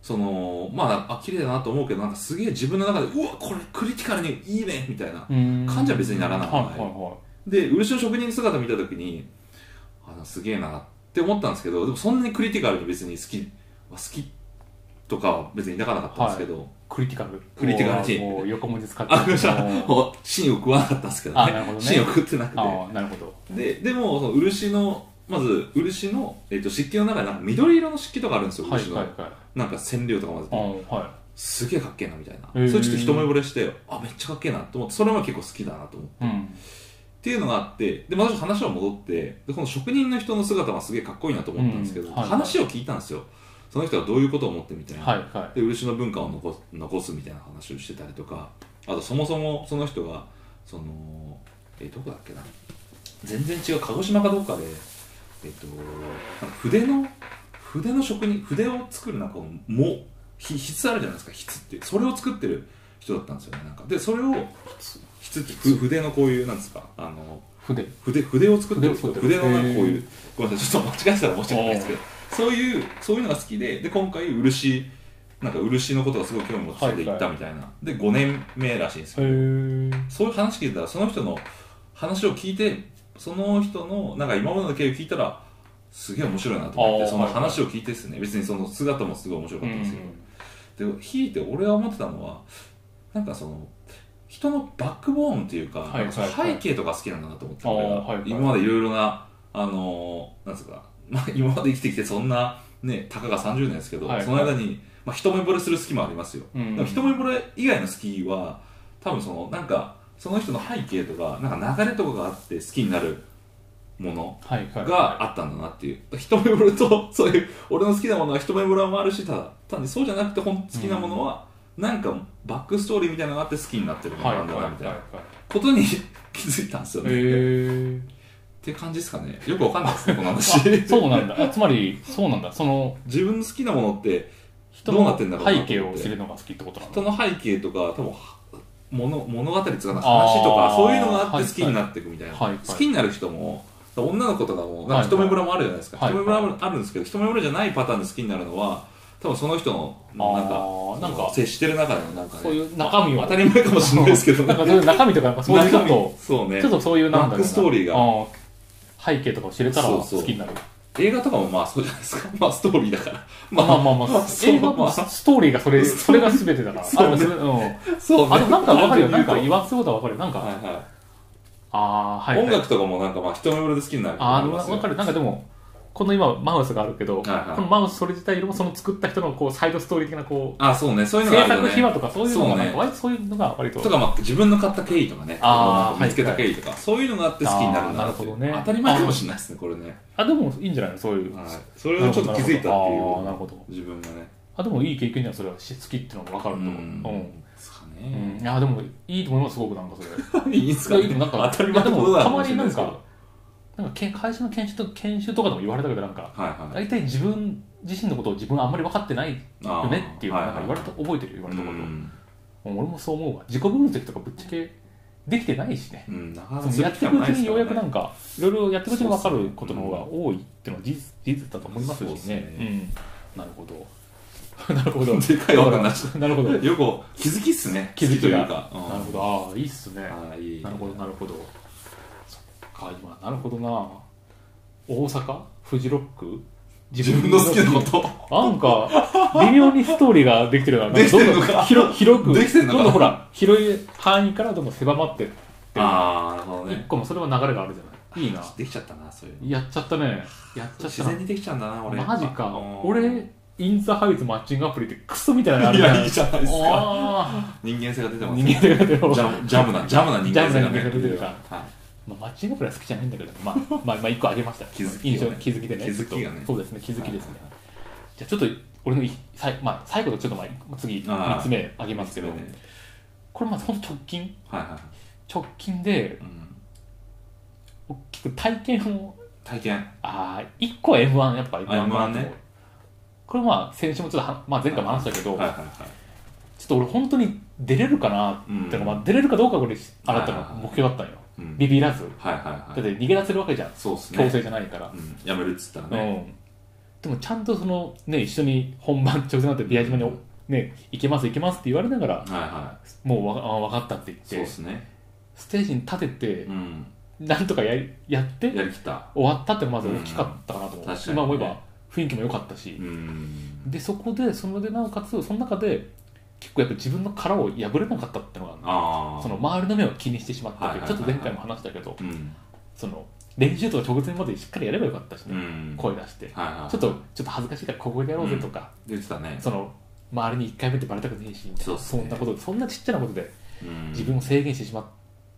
そのまああ綺麗だなと思うけどなんかすげえ自分の中でうわこれクリティカルにいいねみたいな感感じは別にならないはいはいはで漆の職人の姿見た時にあなんかすげえなって思ったんですけどでもそんなにクリティカルに別に好き好きとかは別に抱かなかったんですけど、いクリティカルクリティカルにもう横文字使ってあごめんなさもいうもう芯を食わなかったんですけどあなるほどねね芯を食ってなくてああなるほどででもその漆のまず漆の、えっと漆器の中になんか緑色の漆器とかあるんですよ、はい漆の、はいはいなんか染料とか混ぜうてんはすげえかっけえなみたいなそへえれちょっと一目惚れしてあめっちゃかっけえなと思ってそれも結構好きだなと思っていうんっていうのがあってでまた話は戻ってでこの職人の人の姿はすげえかっこいいなと思ったんですけど、うんはい話を聞いたんですよその人はどういうことを思ってみたいな、はいはいで漆の文化を残す残すみたいな話をしてたりとかあとそもそもその人がそのえーどこだっけな全然違う鹿児島かどっかでえっ、となんか筆の筆の職人筆を作るなんかこうもひ筆あるじゃないですか筆ってそれを作ってる人だったんですよねなんかでそれを筆ってふ筆のこういうなんですかあの筆筆筆を作ってる筆を人作って筆るのなんかこういへうごめんなさいちょっと間違えてたら申し訳ないですけどそういうそういうのが好きでで今回漆なんか漆のことがすごい興味持ってて行ったみたいな、で5年目らしいんですへけど、えそういう話聞いてたらその人の話を聞いてその人のなんか今までの経緯を聞いたらすげえ面白いなと思っあーてそのはいはい話を聞いてですね別にその姿もすごい面白かったんですけど、でひいて俺が思ってたのはなんかその人のバックボーンっていうか、はいはいはいその背景とか好きなんだなと思ってあー俺が、はいはい今までいろいろなあのーなんつうか、 [LAUGHS] まあ、今まで生きてきてそんなねたかが30年ですけど、はいはいその間に、まあ、一目惚れする好きもありますよ、うんでも一目惚れ以外の好きは多分そのなんかその人の背景とかなんか流れとかがあって好きになるものはいはいがあったんだなっていう一目惚れと [LAUGHS] そういう俺の好きなものは一目惚れもあるしただ単にそうじゃなくてほんと好きなものは、なんかバックストーリーみたいなのがあって好きになってるものはいはないんはいだなはいみたいなことに [LAUGHS] 気づいたんですよね、っへ [LAUGHS] えて感じですかねよくわかんないですねこの話 [LAUGHS] あそうなんだあつまりそうなんだその自分の好きなものって人どうなのってんだろうなと背思って景を知るのが好きってことなの人の背景とか多分物物語つうかな話とあかーそういうのがあって好きになっていくみたいな、はいはい好きになる人も女の子とかもなんか一目惚れもあるじゃないですか、はいはい一目惚れもあるんですけど一目惚れじゃないパターンで好きになるのは多分その人のなんあかーなんか接してる中でのなんか、ね、そういう中身を当たり前かもしれないですけどなんかそういう中身とかやっぱそういうちょっ中と [LAUGHS] 身そうねちょっとそういうなんだろうなバックストーリーがあー背景とかを知れたらそう好そうきになる映画とかもまあそうじゃないですか [LAUGHS] まあストーリーだからままあまあまあまあ、そう映画まもあストーリーがそれ、それが全てだから。そあうねでもれそううねんあ、でもなんかわかるよ。なんか単言純に言うわせようとはわかるよ。なんとか、はいはいああー、はい、はい。音楽とかもなんかまあ一目惚れで好きになるああ、で思いもますよわかる。なんかでも、この今、マウスがあるけど、はいはいこのマウスそれ自体よりも、その作った人のこうサイドストーリー的なこう、あそうねそういうの制があ作るよ秘ね話とかそういうのがなんそうか、ね割とそういうのが割と。とかまあ自分の買った経緯とかねあーなんか見つけた経緯とか、そういうのがあって好きになるんだなっあてーなるほどね当たり前かもしれないですねこれね、あ、でもいいんじゃないのそういう。はい、それをちょっと気づいたっていうああ、なるほど。自分がねあ、でもいい経験じゃん、それは。し好きっていうのがわかると。うん。ですかうね、ん、いやでもいいと思いますすごくなんかそれいいん [LAUGHS] ですかねいやでもなんか当たり前のことだいやでもたまになんはかなんかけ会社の研修と研修とかでも言われたけどなんかいはい大体自分自身のことを自分はあんまり分かってないよねっていうのをなんか言われた覚えてるよ言われたことうもんう俺もそう思うわ自己分析とかぶっちゃけできてないしねうんなかなそかのするやって機い会くもうなちいでにようすからやねくなんかいろいろやっていくうちに分かることの方が多いっていうのは事実事実だと思いますしそうねですねうん、なるほど [LAUGHS] なる [LAUGHS] ほど [LAUGHS] でかいお話 [LAUGHS] なるほ [LAUGHS] どよく気づきっすね気づきといがうか、うんなるほどああいいっすねはいなるほどなるほどそっか今なるほどな大阪フジロック自分の好きなこなんか微妙にストーリーができてるななんできてどんんどんのか広広くできてんのどかんどんほら広い範囲からどんどん狭まってってとああなるほど一ね個もそれは流れがあるじゃないいいなできちゃったなそういうのやっちゃったねやっちゃっ自たな然にできちゃうんだな俺マジかうん俺インザハイツマッチングアプリってクソみたいなのあるいじゃやないいいじゃないですかあ人間性が出てあます人間的なジャムジャムなジャムな人間性ジャムな人間が性が出てるからはいまあ、マッチングアプリは好きじゃないんだけど、まあ、 [LAUGHS] まあ、まあ、一個あげました。気づきをね印象、気づきでね。気づきがねちょっとそうですね、気づきですね。じゃあ、ちょっと、俺のい、さい、まあ、最後とちょっと、まあ、次、あー三つ目あげますけど。ねこれ、まあ、ほんと直近、はいはいはい直近で、うん大きく体験を。体験ああ、一個は M1、やっぱ M1 だなと思う M1 ねこれ、まあ、先週もちょっとは、まあ、前回も話したけど、はいはいはいちょっと、俺、本当に出れるかなってのが、うんまあ、出れるかどうか、これ、あなたはいはいのはい目標だったんよ。うんビビらず、はいはいだっはて、い逃げ出せるわけじゃん。そうです強ね制じゃないから。うんやめるっつったらねうん、でもちゃんとその、ね、一緒に本番直前になってビア島に、ね、行けます行けますって言われながらはいはいもうわあ分かったってそ言うっでてすねステージに立ててう、んなんとかやりやってやりきった終わったってのまず大きかったかなと思う、うん確かに今ね思えば雰囲気も良かったしう、んでそこでそれでなおかつその中で結構やっぱ自分の殻を破れなかったってのがああその周りの目を気にしてしまったはけいどはいちはょっいとは前回いも話したけどうんその練習とか直前までしっかりやればよかったしね、うん声出してはいはいちょっとちょっと恥ずかしいからここでやろうぜとか、出てたねその周りに1回目ってバレたくねえしみたいそうなっすそねんなことそんなちっちゃなことでうん自分を制限してしまっ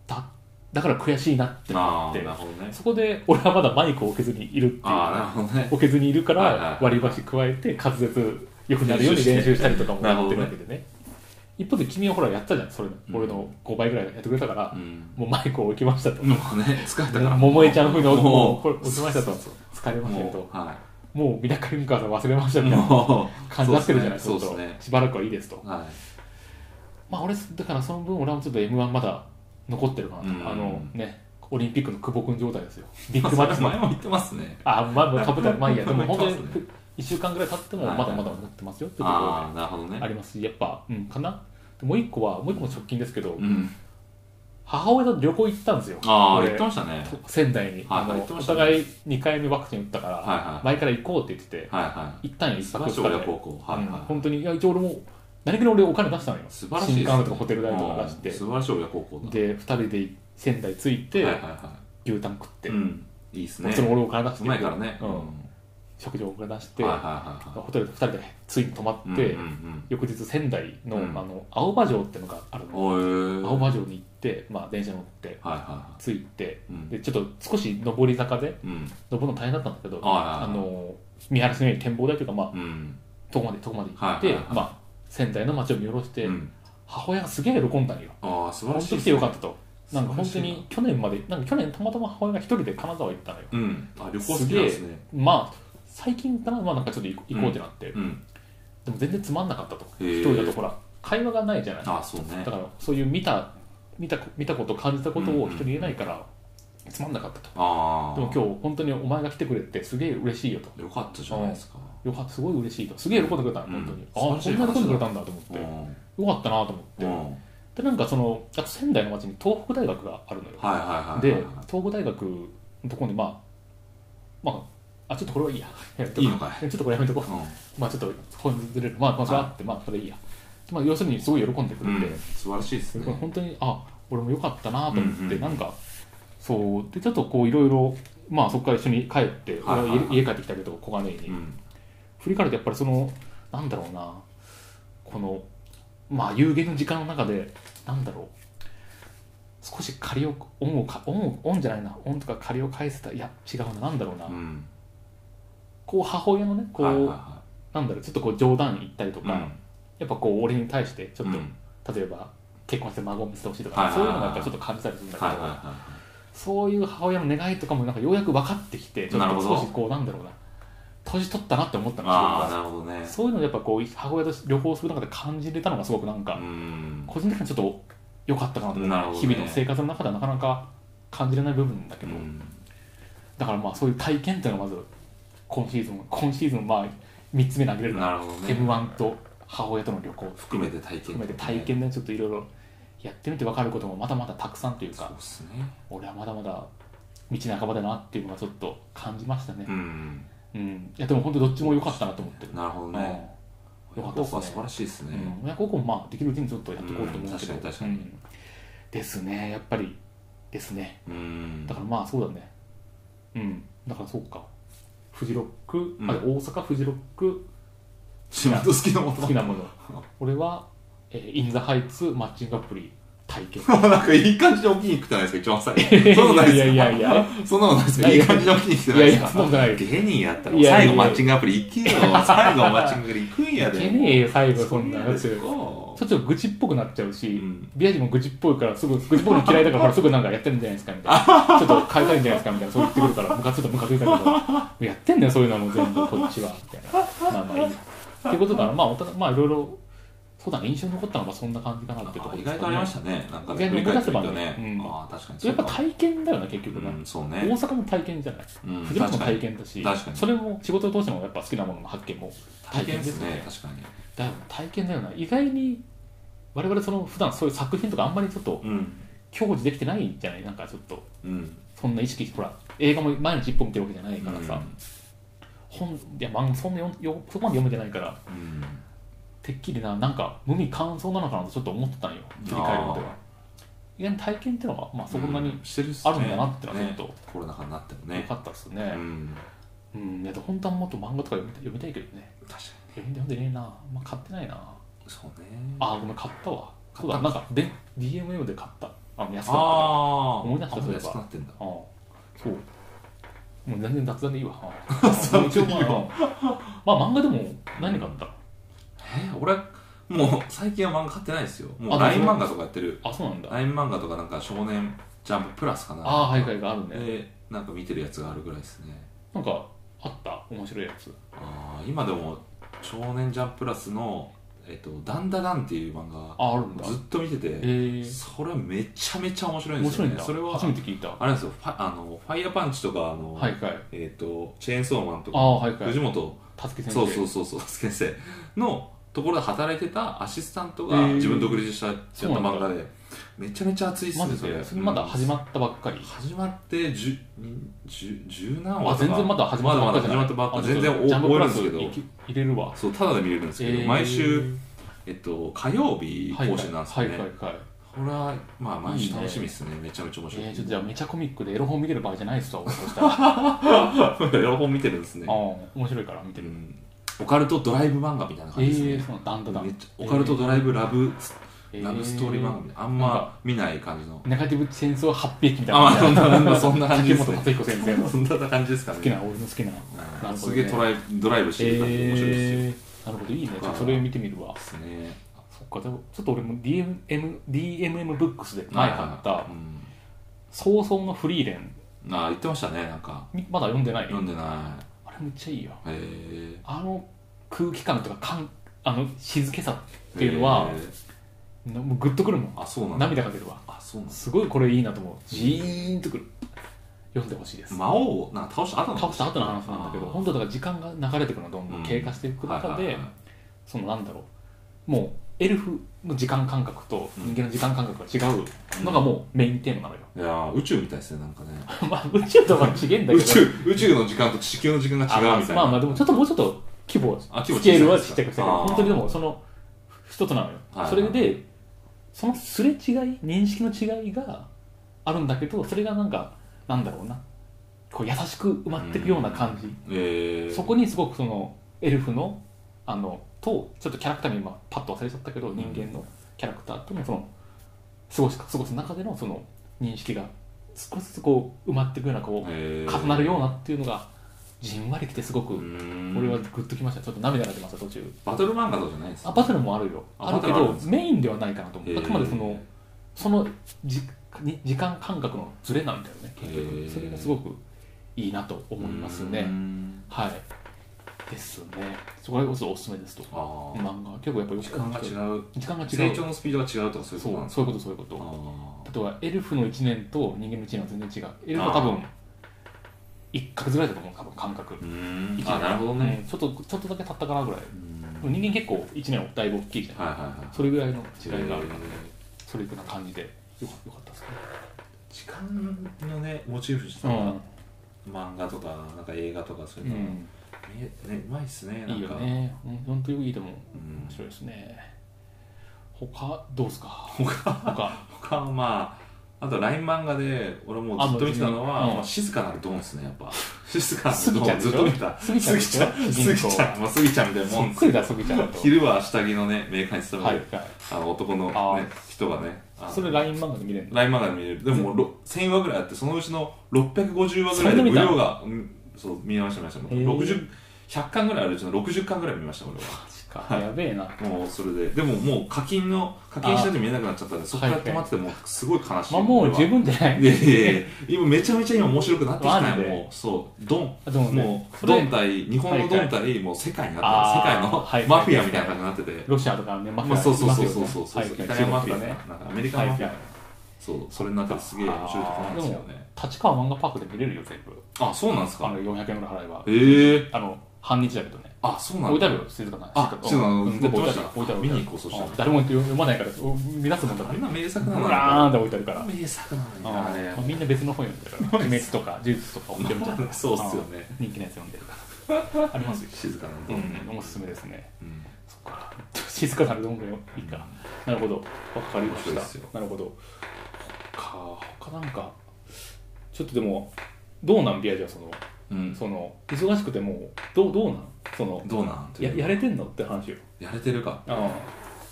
ただから悔しいなってなあっあてなるほどねそこで俺はまだマイクを置けずにいるっていうああなるほどね置けずにいるかはいはいはらい割り箸加えて滑舌良くなるように練習したりとかもなるやっほてどるねわけでね一方で君はほらやったじゃんそれ、うん俺の5倍ぐらいやってくれたからう、んもうマイクを置きましたと、もうね疲れたから桃江ちゃん風のももううこれ置きましたとそうそう疲れましたけもどうはもうみなかみかさん忘れましたいみたいなもう感じになってるじゃないそうですちょっねとしばらくはいいですとはまあ俺だからその分俺はちょっと m 1まだ残ってるかなと、うんあのねオリンピックの久保君状態です [LAUGHS] よビッいグマッチの前も言ってますねあまあかぶったまあ [LAUGHS] いいやでも本当にそうですね1週間ぐらい経ってもはいまだまだ思ってますよっていうとこああなるほどろがあねりますしやっぱうんかなでもう一個はもう一個の直近ですけど、うん母親と旅行行ったんですよああ俺言ってましたね仙台に、はいあの言ってまおしたね互い2回目ワクチン打ったから、はいはい前から行こうって言っててはいはい行ったんよ素一晴泊らしい二日親で孝行はいうんはい本当にいや一応俺も何気に俺お金出したのよ素晴らしい新です幹線とかホテル代とか出しうてん素晴らしい親孝行だで2人で仙台着いて、はいはいは牛タン食って、いうんいいっすねもちろん俺お金出しうてまいからねううんん食事をお金出して、はいはいはいはホテルで2人でついに泊まいって、うんうん翌日仙台の,、うんあの青葉城ってのがあるうんの、おー青はい葉城に行って、まあ、電車乗ってはいは着いていうんでちょっと少し上り坂でうん登るの大変だったんだけど、はいはいはいあの見晴らしのいい展望台というか、まあ、うん遠くまで遠くまで行って、はいはいはいまあ、仙台の街を見下ろして、うん母親がすげえ喜んだんよああ素晴本らしい当来ですてよねかったとなんか本当に去年までなんか去年たまたま母親が一人で金沢行ったのようんあ旅行好きなんですねまあ最近かな,、まあ、なんかちょっと行こう行こうってなって、うんでも全然つまんなかったとへー一人だとほら会話がないじゃないだああそうねからそういう見た見た見たこと感じたことうんをうん人に言えないから、つまんなかったとああでも今日本当にお前が来てくれてすげえ嬉しいよとよかったじゃないですかよかったすごい嬉しいとすげえ喜んでくれたの本当に、うんああ素こ晴んらしな喜いんでくれたんだと思うっんてよかったなと思って、うんでなんかそのあと仙台の町に東北大学があるのよ、はいはいはいはいで東北大学のところにまあまああちょっとこれはいいや [LAUGHS] やめとこういいのかいちょっとこれやめとこううまあちょっと本ずれるまあまあそれはあってまあそれでいいや、まあ、要するにすごい喜んでくんれて、素晴らしいですこれね本当にあ俺も良かったなと思って、うんうんうんなんかそうでちょっとこういろいろまあそこから一緒に帰って、はいはいはい俺は家家帰ってきたけど小金井に、うん振り返るとやっぱりそのなんだろうなこのまあ有限の時間の中でなんだろう少し借りを恩をか恩を恩じゃないな恩とか借りを返せたいや違うななんだろうな、うんこう母親のねこう、はいはいはなんだろうちょっとこう冗談言ったりといか、やっぱこう俺に対してちょっと、うん例えば結婚して孫を見せてほしいとはか、いはいそうはいいうのはいがやっぱちょっと感じたりするんだけど、はいはいはそういう母親の願いとかもなんかようやく分かってきてちょなっるほとど少しこうなんだろうな年取ったなって思ったいのああ自なるほどね分がそういうのをやっぱこう母親と旅行する中で感じれたのがすごくなんか、うん個人的にはちょっと良かったかなと思うなるほどね日々の生活の中ではなかなか感じれない部分だけうど、んだからまあそういう体験っていうのがまず今シーズン今シーズンまあ3つ目に挙げれるのはなるほどね m 1と母親との旅行含めて体験含めて体験でちょっといろいろやってみて分かることもまだまだたくさんというそうかですね俺はまだまだ道半ばだなっていうのがちょっと感じましたねう、んうんいやでも本当どっちも良かったなと思ってる、なるほどねうん親よかったで孝すね行は素晴らしいですうねん、親孝行もまあできるうちにちょっとやっていこうと思うんだけど、うん確かに確うんですねやっぱりですねうんだからまあそうだねうんだからそうかフジロック、うんあ大阪フジロック自分の好きなもの [LAUGHS] 好きなもの俺は、えーインザハイツマッチングアプリ体験なんかいい感じで起きに行くじゃないですか、一番最後。そんなことないですかいやいやいやいや。そんなことないですか。いい感じで起きに行くじゃないですか。いやいやそんなことない芸人やったら、いやいや最後マッチングアプリ行けよ。最後マッチングアプリ行くんやいで。けねえよ最後そそんんななややつつよちょっと愚痴っぽくなっちゃうし、うんビアジも愚痴っぽいからすぐ愚痴っぽいの嫌いだからほらすぐなんかやってるんじゃないですかみたい [LAUGHS] なちょっと変えたいんじゃないですかみたいなそう言ってくるからムカついたムカついたけどもうやってんだよそういうのはもう全部こっちはみた [LAUGHS] いなまあまあいいっていうことだからまあおたまあいろいろそうだね印象に残ったのがそんな感じかなっていうところ意です外とかあねりましたね。なんかね、意外振りと思い返っ出てせみばるねとね。うんああ、確かにやっぱか体験だよね結局ね、うん、そう大ね。阪も体験じゃないうん、藤本も確か体に。験だし確かにそれも仕事を通してもやっぱ好きなものの発見も体験ですね、確かに。だよな体験だよな意外に我々その普段そういう作品とかあんまりちょっとうん。享受できてないんじゃないなんかちょっとうん。そんな意識ほら映画も毎日一本見てるわけじゃないからさ、本いや漫そんなよよそこまで読めてないからうん。てっきりななんか無味乾燥なのかなとちょっと思ってたんよ振り返るまでは意外に体験ってのがまあそんなうにしてるっすあねるんだなってのはちょっねとコロナ禍になっても良ね。かったですうねん。うん、いや本当はもっと漫画とか読みたい読みたいけどね確か読んで読んでねえな、まあ、買ってないなに。そうね。あごめん買ったわ買そっうただなんかで DMM で買ったあの安くなったからあー思い出したそうあいえば安くなってんだ。ああそうもう全然雑談でいいわ [LAUGHS] あ一応まあ [LAUGHS] まあ漫画でも何買ったえー俺もう最近は漫画買ってないですよもうあ LINE そう漫画とかやってるあそうなんだあ LINE 漫画とかなんか少年ジャンププラスかなあはいはいがあるねでなんか見てるやつがあるぐらいですねなんかあった面白いやつあー今でも少年ジャンププラスの「えっと、ダンダダン」っていう漫画ああるんだずっと見てえてー、それはめちゃめちゃ面白いんで面す白いよねんだそれは初めて聞いたはあれなんですよファあのファイヤーパンチとかあの、いはいえっとチェーンソーマンとあかあはいはい藤本たつき先生そうそうそうそう先生のところで働いてたアシスタントがへー自分独立したやったそうなん漫だ画でめちゃめちゃ熱いっすマねジそれでそれまだ始まったばっかり、始まって十ん十十何話あとか全然まだ始まったばっかりまだまだ始まったばっかり全然あちょっと覚えるんですけジャンププラどスい入れるわそうただで見れるんですけど、毎週、えっと、火曜日はいは更い新なんですよね、はいはいはいこれはまあ毎週楽しみですねめちゃめちゃ面白い、えー、ちょっとじゃあめちゃコミックでエロ本見てる場合じゃないっすわ俺そしたらあ [LAUGHS] 両方見てるんですねあ面白いから見てうる、んオカルトドライブ漫画みたいなえ感じですね、ー、そうなんだんだんだめっちゃオカルトドライブラブスラブストーリー漫画みたいな、なあんんまか見ない感じの。ネガティブ戦争発表みたいあ、まあ、そんな。な、そんな感竹じです本 [LAUGHS] ね。達彦先生の好そんな感じですかね。きな、俺の好きな。うなるんほすどげねえドライドライブしてる感じで面白いですえよ。ーなるほど、いいね。ちょっとそれ見てみるわで。すね。そっか、でもちょっと俺も DMM, DMM ブックスで前買ったう、ん早々のフリーレン、ああ、言ってましたね、なんか。みまだ読んでない。読んでなあれめっちゃいいよ。い。へあの空気感とかかん、あの静けさえ。っていうのはへ、えなもうグッとくるもん。あ、そうなんだ。涙が出るわ。あ、そうなんだ。すごいこれいいなと思う。ジーンとくる。読んでほしいです。魔王を、なんか倒した後の倒した後の話なんだけど本当だから時間が流れてくのどんどうんん経過していくはいは中いはいでそのなんだろうもうエルフの時間感覚と人間の時間感覚が違うのがもうメインテーマなのよ。 [LAUGHS] いやー宇宙みたいですねなんかねまあ宇宙とは違えんだけど。宇宙宇宙の時間と地球の時間があ違うみたいまなあまあまあでもちょっともうちょっと規模あ規模スケールは小ちっさちゃいくでしすたけどかあー本当にでもその一つなのよ、はいはいそれでそのすれ違い認識の違いがあるんだけどそれがなんかなんだろうなこう優しく埋まっていくような感じ、えー、そこにすごくそのエルフのあのとちょっとキャラクターに今パッと忘れちゃったけど人間のキャラクターとのその過ごし過ごす中でのその認識が少しずつこう埋まっていくようなこう、えー重なるようなっていうのがじんわりきてすごく、うーん俺はグッときましたちょっと涙が出ました途中バトル漫画とかじゃないんですあバトルもあるよああるけバトルどあるんですメインではないかなと思う、へーあくまでそのそのじに時間感覚のズレなんだよね結へ局ーそれがすごくいいなと思いますうーねんはいですねそこらこそおすすめですとああ漫画結構やっぱよく時間が違う時間が違う成長のスピードが違うとかそういうこそとなんうですそういうことそういうこと例あえばエルフの1年と人間の1年は全然違うエルフは多分1ヶ月ぐらいだと思う多分感覚ーうー一ん年あなるほどね、うんちょっとちょっとだけ経ったかなぐらいうん人間結構1年はだいぶ大きいじゃん、はいはいはいそれぐらいの違いがある、えーそれぐらいな感じでよかよかったですね時間のねモチーフにした漫画とかなんか映画とかそういうの、ねねうまいっすねなんかいいよね本当にいいでもうん面白いですね他どうですか他他他はまああと LINE 漫画で俺もうずっと見てたのあは、もうまあ、静かなるドンですねやっぱ [LAUGHS] 静かなスるギドちゃンんずでしっとょ見てたスギちゃんでしょスギちゃんまあスギちゃんみたいなそもっんくりだそぎちゃんと昼は下着のねメーカーに勤めはている、あの男の、あね、人がねあのそれ LINE 漫画で見れるの LINE 漫画で見れるでもろ1000話ぐらいあってそのうちの650話ぐらいそんなで見無た料がうんそう見ました見ましたへー60 100巻ぐらいあるうちの60巻ぐらい見ました俺はかやべえなもうそれででももう課金の課金しないと見えなくなっちゃったんでそこから止まっててもうすごい悲しい、まあもう十分じゃないいやいや [LAUGHS] いや今めちゃめちゃ今面白くなってきたマよジでもうそうドンあでもねもうそれドン対日本のドン対もう世界になってるあー世界のはいマフィアみたいな感じになっててロシアとかねマフまィあアそうそうそういそうますそようそうねイタリアマフィアはいねなんかアメリカはンいマはフィアいそうそれの中ですげえ面白いところなんですよね立川漫画パークで見れるよ全部あそうなんですあかの400円ぐらい払えばええー、あの半日だけどねあそうなん置いてだあるよ静かなあ静かなそうなの全部置いてある置置いいててああるる見に行こうそしたらん誰も読まないからお見出すもんだあからんな名作なブのラーンよって置いてあるから名作なうんのよねあまれあみんな別の本読んでるから鬼滅とか呪術とか読んでるからそうっすよねうん人気のやつ読んでるからありますよ静かなのうんおすすめですねうんそっか静かなるどんぐらいいいかなるほどわかりまし面白いたですよなるほどか他なんかちょっとでもどうなんビアじゃあそのうんその忙しくてもうどうどうなんそのどうなんというややれてんのって話よやれてるか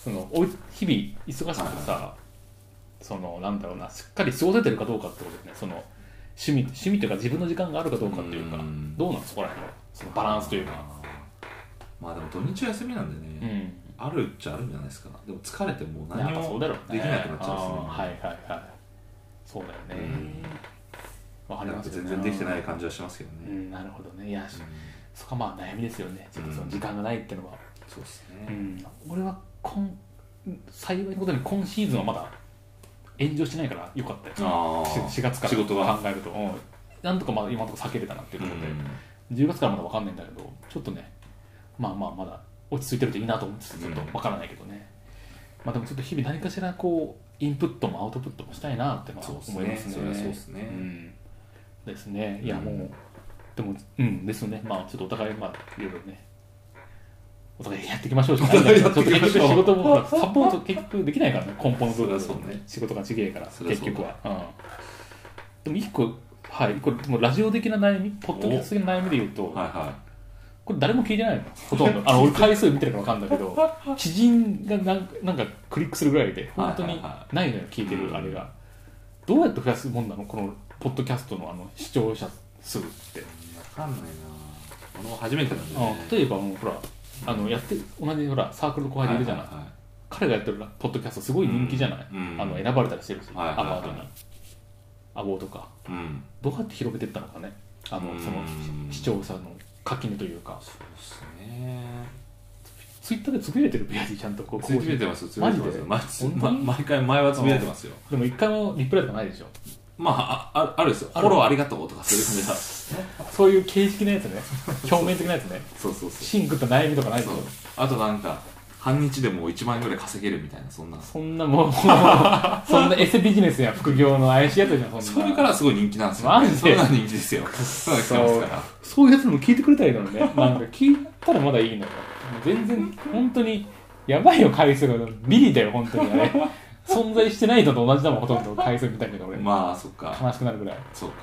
そのおい日々忙しくてさそのなんだろうなしっかり過ごせてるかどうかってことだよねその趣味趣味というか自分の時間があるかどうかっていうかうんどうなんそこら辺のそのバランスというかまあでも土日は休みなんでうね、んあるっちゃあるんじゃないですかでも疲れてもうや何っぱそうもだろうねできなくなっちゃうんですねあーはいはいはいそうだよねわかりなんまかすよ全ね然できてない感じはしますけどね、ううんんなるほどねいやそこはまあ悩みですよねちょっとその時間がないってのはそうですうね、ん俺は今幸いなことに今シーズンはまだ炎上してないからよかったよああし4月から仕事が考えると、うんなんとかまだ今のところ避けれたなっていうことで、10月からまだ分かんないんだけどちょっとねまあまあまだ落ち着いてるといいなと思ってちょっと分からないけどね、まあでもちょっと日々何かしらこうインプットもアウトプットもしたいなってまあそうっすね思いますねそれはそうっすねんですねいやうんもう、でもうんですねまあちょっとお互いまあいろいろねお互いやっていきましょうしかないんだけどおちょっと互いやってい結きましょ局仕う事もサポート結局できないからね根本の部分そりゃそうね仕事がちげえからそりゃ結そうだ局は、うん、でも一個はいこれもうラジオ的な悩みポッドキャスト的な悩みで言うと、うんはいはこれ誰も聞いてないのほとん [LAUGHS] どあの俺回数見てるか分かんないけ [LAUGHS] ど知人がなんかなんかクリックするぐらいで本当はにいはいはないのよ聞いてるあれがどうやって増やすもんなのこのポッドキャストのあの視聴者数って、い分かんないな俺も初めてなんで、あね、例えばもうほらあのやって同じほらサークルの後輩でいるじゃない,、ははは彼がやってるポッドキャストすごい人気じゃない、うんうんあの選ばれたりしてるし、はいはいはいアワードにアワードかうんどうやって広げてったのかねあのそのうん視聴者の垣根というかそうですねツイッターでつぶやいてるページちゃんとこうつぶやいてますつぶやいてますマジでまま毎回前はつぶやいてますよでも一回もリプライとかないでしょまああああるですよフあォるローありがとうとかそういう [LAUGHS] 感じだそういう形式のやつね表面的なやつねそうそうそうシンクと悩みとかないでしそうょあとなんか半日でも1万円ぐらい稼げるみたいなそんなそんなもうそんなエセビジネスや副業の怪しいやつじゃんそんなそれからすごい人気なんですよ、マね、ジそでんな人気ですよそうですからそういうやつでも聞いてくれたらいいのにねなんか聞いたらまだいいのよ全然本当にやばいよ回数がビリだよ本当にあれ存在してないのと同じだもんほとんど回数みたいな俺、まあそっか悲しくなるぐらいそうか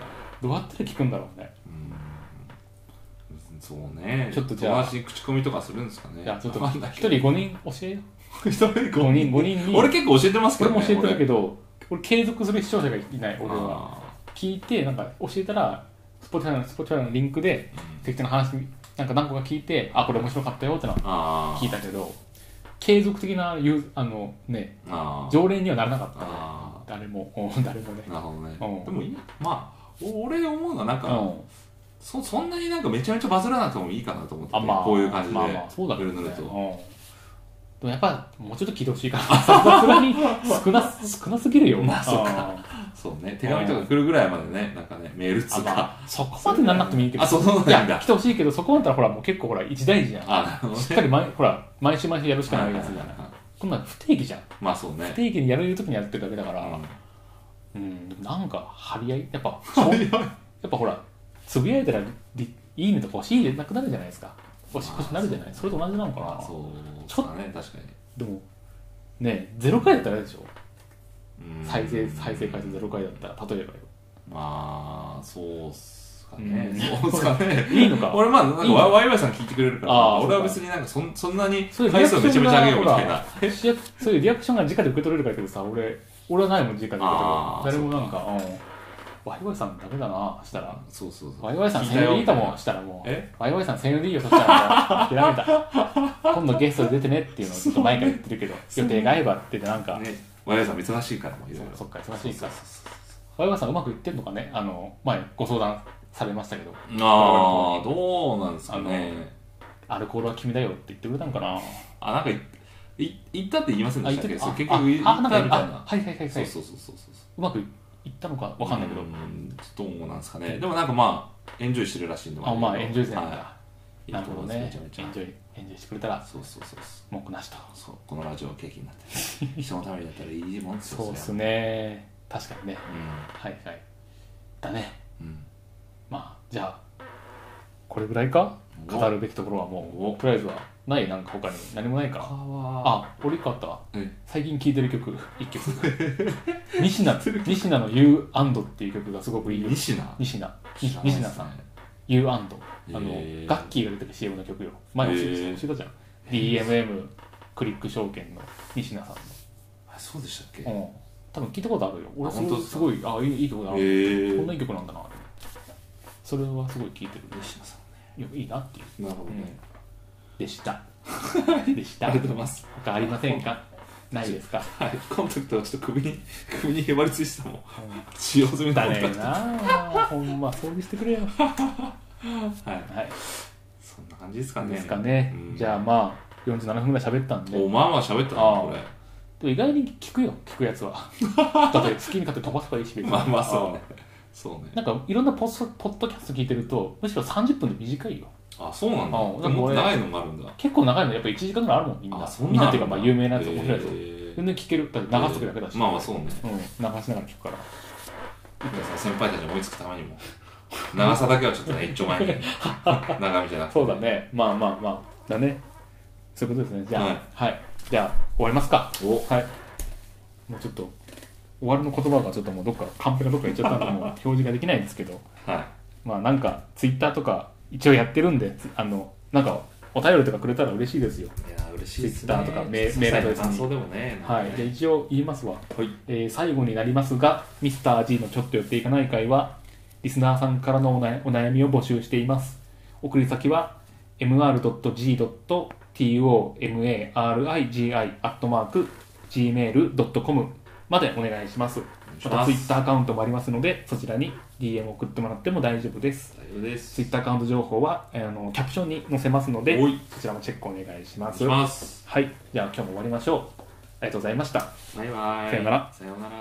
どうやったら聞くんだろうねうんそうねちょっとじゃあ友達に口コミとかするんですかねいやちょっとわかんない1け人ど5人教えよ [LAUGHS] 一人5人5人に俺結構教えてますけ俺ど、ね、も教えてるけどど俺継続する視聴者がいない俺は聞いてなんか教えたら Spotify の Spotify のリンクで適当な話なんか何個か聞いてあこれ面白かったよってのはあー聞いたけど継続的なユーあのねあー常連にはならなかったねあ誰も [LAUGHS] うん誰もねーなるほどねうんでもいいまあお俺思うのはなんうか、んそそんなになんかめちゃめちゃバズらなくてもいいかなと思ってて、あまあこういう感じでまあまあそうだけどねぬるぬるとうんでもやっぱもうちょっと聞いてほしいからささすがに少な少なすぎるよまあそうかそうね手紙とか来るぐらいまでねなんかねメールっつあうまかあ、そこまでなんなくてもいいけど、あそうそうなんだいや、来てほしいけど、そこまでだったら、ほら、もう結構、ほら、一大事じゃん。あなるほどしっねかり毎、ほら、毎週毎週やるしかないやつじゃはいなはいい。はいこんなん不定期じゃん。まあそう不ね定期にやれるときにやってるだけだから、うん、なんか、張り合い、やっ [LAUGHS] ぱ、そうやっぱほら、つぶやいたら、りいいねとか欲しいでなくなるじゃないですか。欲しまあ欲しくなるじゃないそれと同じなのかまあなそうちょだね確かにでも、ね、0回だったらあれでしょうん再生、再生回数0回だったら、例えばよ。まあそうっすかうねんそうっすか [LAUGHS] ねいいのか俺まあなんかいいのワイワイワイさん聞いてくれるからあー俺はそ別うになんかそんそんなにそういうリ回アク数シをョンめちゃめがちゃ上げようみたいな主役そういうリアクションが直で受け取れるからだけどさ俺俺はないもん直で受け取るあー誰もなんかうんワイワイさんダメだなしたらそうそうそうワイワイさん聞いた1000よ円でいいかもしたらもうえワイワイさん1000円でいいよそした [LAUGHS] らもう諦めた今度ゲストで出てねっていうのをちょっと前から言ってるけど予定が合えばってなんか、ねワイワイさん忙しいからもいろいそっろか忙しいかワイワイさんうまくいってんのかねあの前ご相談されましたけどああどうなんですかねアルコールは君だよって言ってくれたのかなあなんかいい行ったって言いませんでしたっけるそうあ結局い行ああっなたんみかたいあなはいはいはいはそういそうそうそうそううまくいったのかわかんないけど、うんどうなんですかねでもなんかまあエンジョイしてるらしいんであまあエンジョイ勢なんだ、はいなるほどいいねと思いますエンジめちゃめちョイエンジョイしてくれたゃらそうそうそうそ文句なしとうそうこのラジオはケーキになって [LAUGHS] る人のためにだったらいいもんですよそうですねね確かにねはいはいだねうん、うん、まあじゃあこれぐらいかお語るべきところはもおうとりあえずはないなんか他に何もない他かはあ俺一個あったわえ最近聴いてる曲一 [LAUGHS] 曲西名西名の「You and」っていう曲がすごくいいよ西名西名知らないっす西ね名さん U& あのへーガッキーが出てる CM の曲よ前もへー知ったじゃん DMM クリック証券の西名さんあそうでしたっけの、うん、多分聞いたことあるよ俺あすご本当いですすかごいあいいいい曲だな、えこんないい曲なんだなそれはすごい聞いてる西名さんよいいなっていうねなるほどね、でした [LAUGHS] でしたありがとうございます他ありませんかないですかはいコンタクトはちょっと [LAUGHS] 首に首にへばりついてたもんうん使用済みのだコンタねクーなほんまそうしてくれよトはいはいそんな感じですかねですかね、うんじゃあまあ47分ぐらい喋ったんでおまあまあ喋ったなあーこれでも意外に聞くよ聞くやつ [LAUGHS] はだって好きに勝手に飛ばせばいいし別にまあまあそうねそうねなんかいろんなポッソポッドキャスト聞いてるとむしろ30分で短いよあそうなんだあなもんかっと俺ないのがあるんだ結構長いのやっぱ1時間ぐらいあるもんみんなあそんみんななっていうかまあ有名なやつ面白いやつ、つ全然聞けるだって流すとだけだし、まあまあそうねうん、流しながら聞くから先輩たちに追いつくためにも長さだけはちょっとね一丁 [LAUGHS] 前に長めじゃなくてそうだねまあまあまあだねそういうことですねじゃあはいはい、じゃあ終わりますかおはいもうちょっと終わりの言葉がちょっともうどっかカンペがどっか行っちゃったんでもう表示ができないんですけどはまあなんかツイッターとか一応やってるんで、つあのなんかお便りとかくれたら嬉しいですよ。いいやー嬉しいです Twitter とかメメールアドレスに感想でもねなんかはねい。じゃあ一応言いますわ。はいえー最後になりますが、ミスター G のちょっと寄っていかない会は、リスナーさんからのお悩お悩みを募集しています。送り先は、mr.g.tomari.gmail.com までお願いします。またお願いしますツイッターアカウントもありますので、そちらに DM 送ってもらっても大丈夫です。大丈夫ですツイッターアカウント情報は、えーあのキャプションに載せますのでおい、そちらもチェックお願いしまお願いす。しますはい、じゃあ今日も終わりましょう。ありがとうございました。バイバイさよならさようなら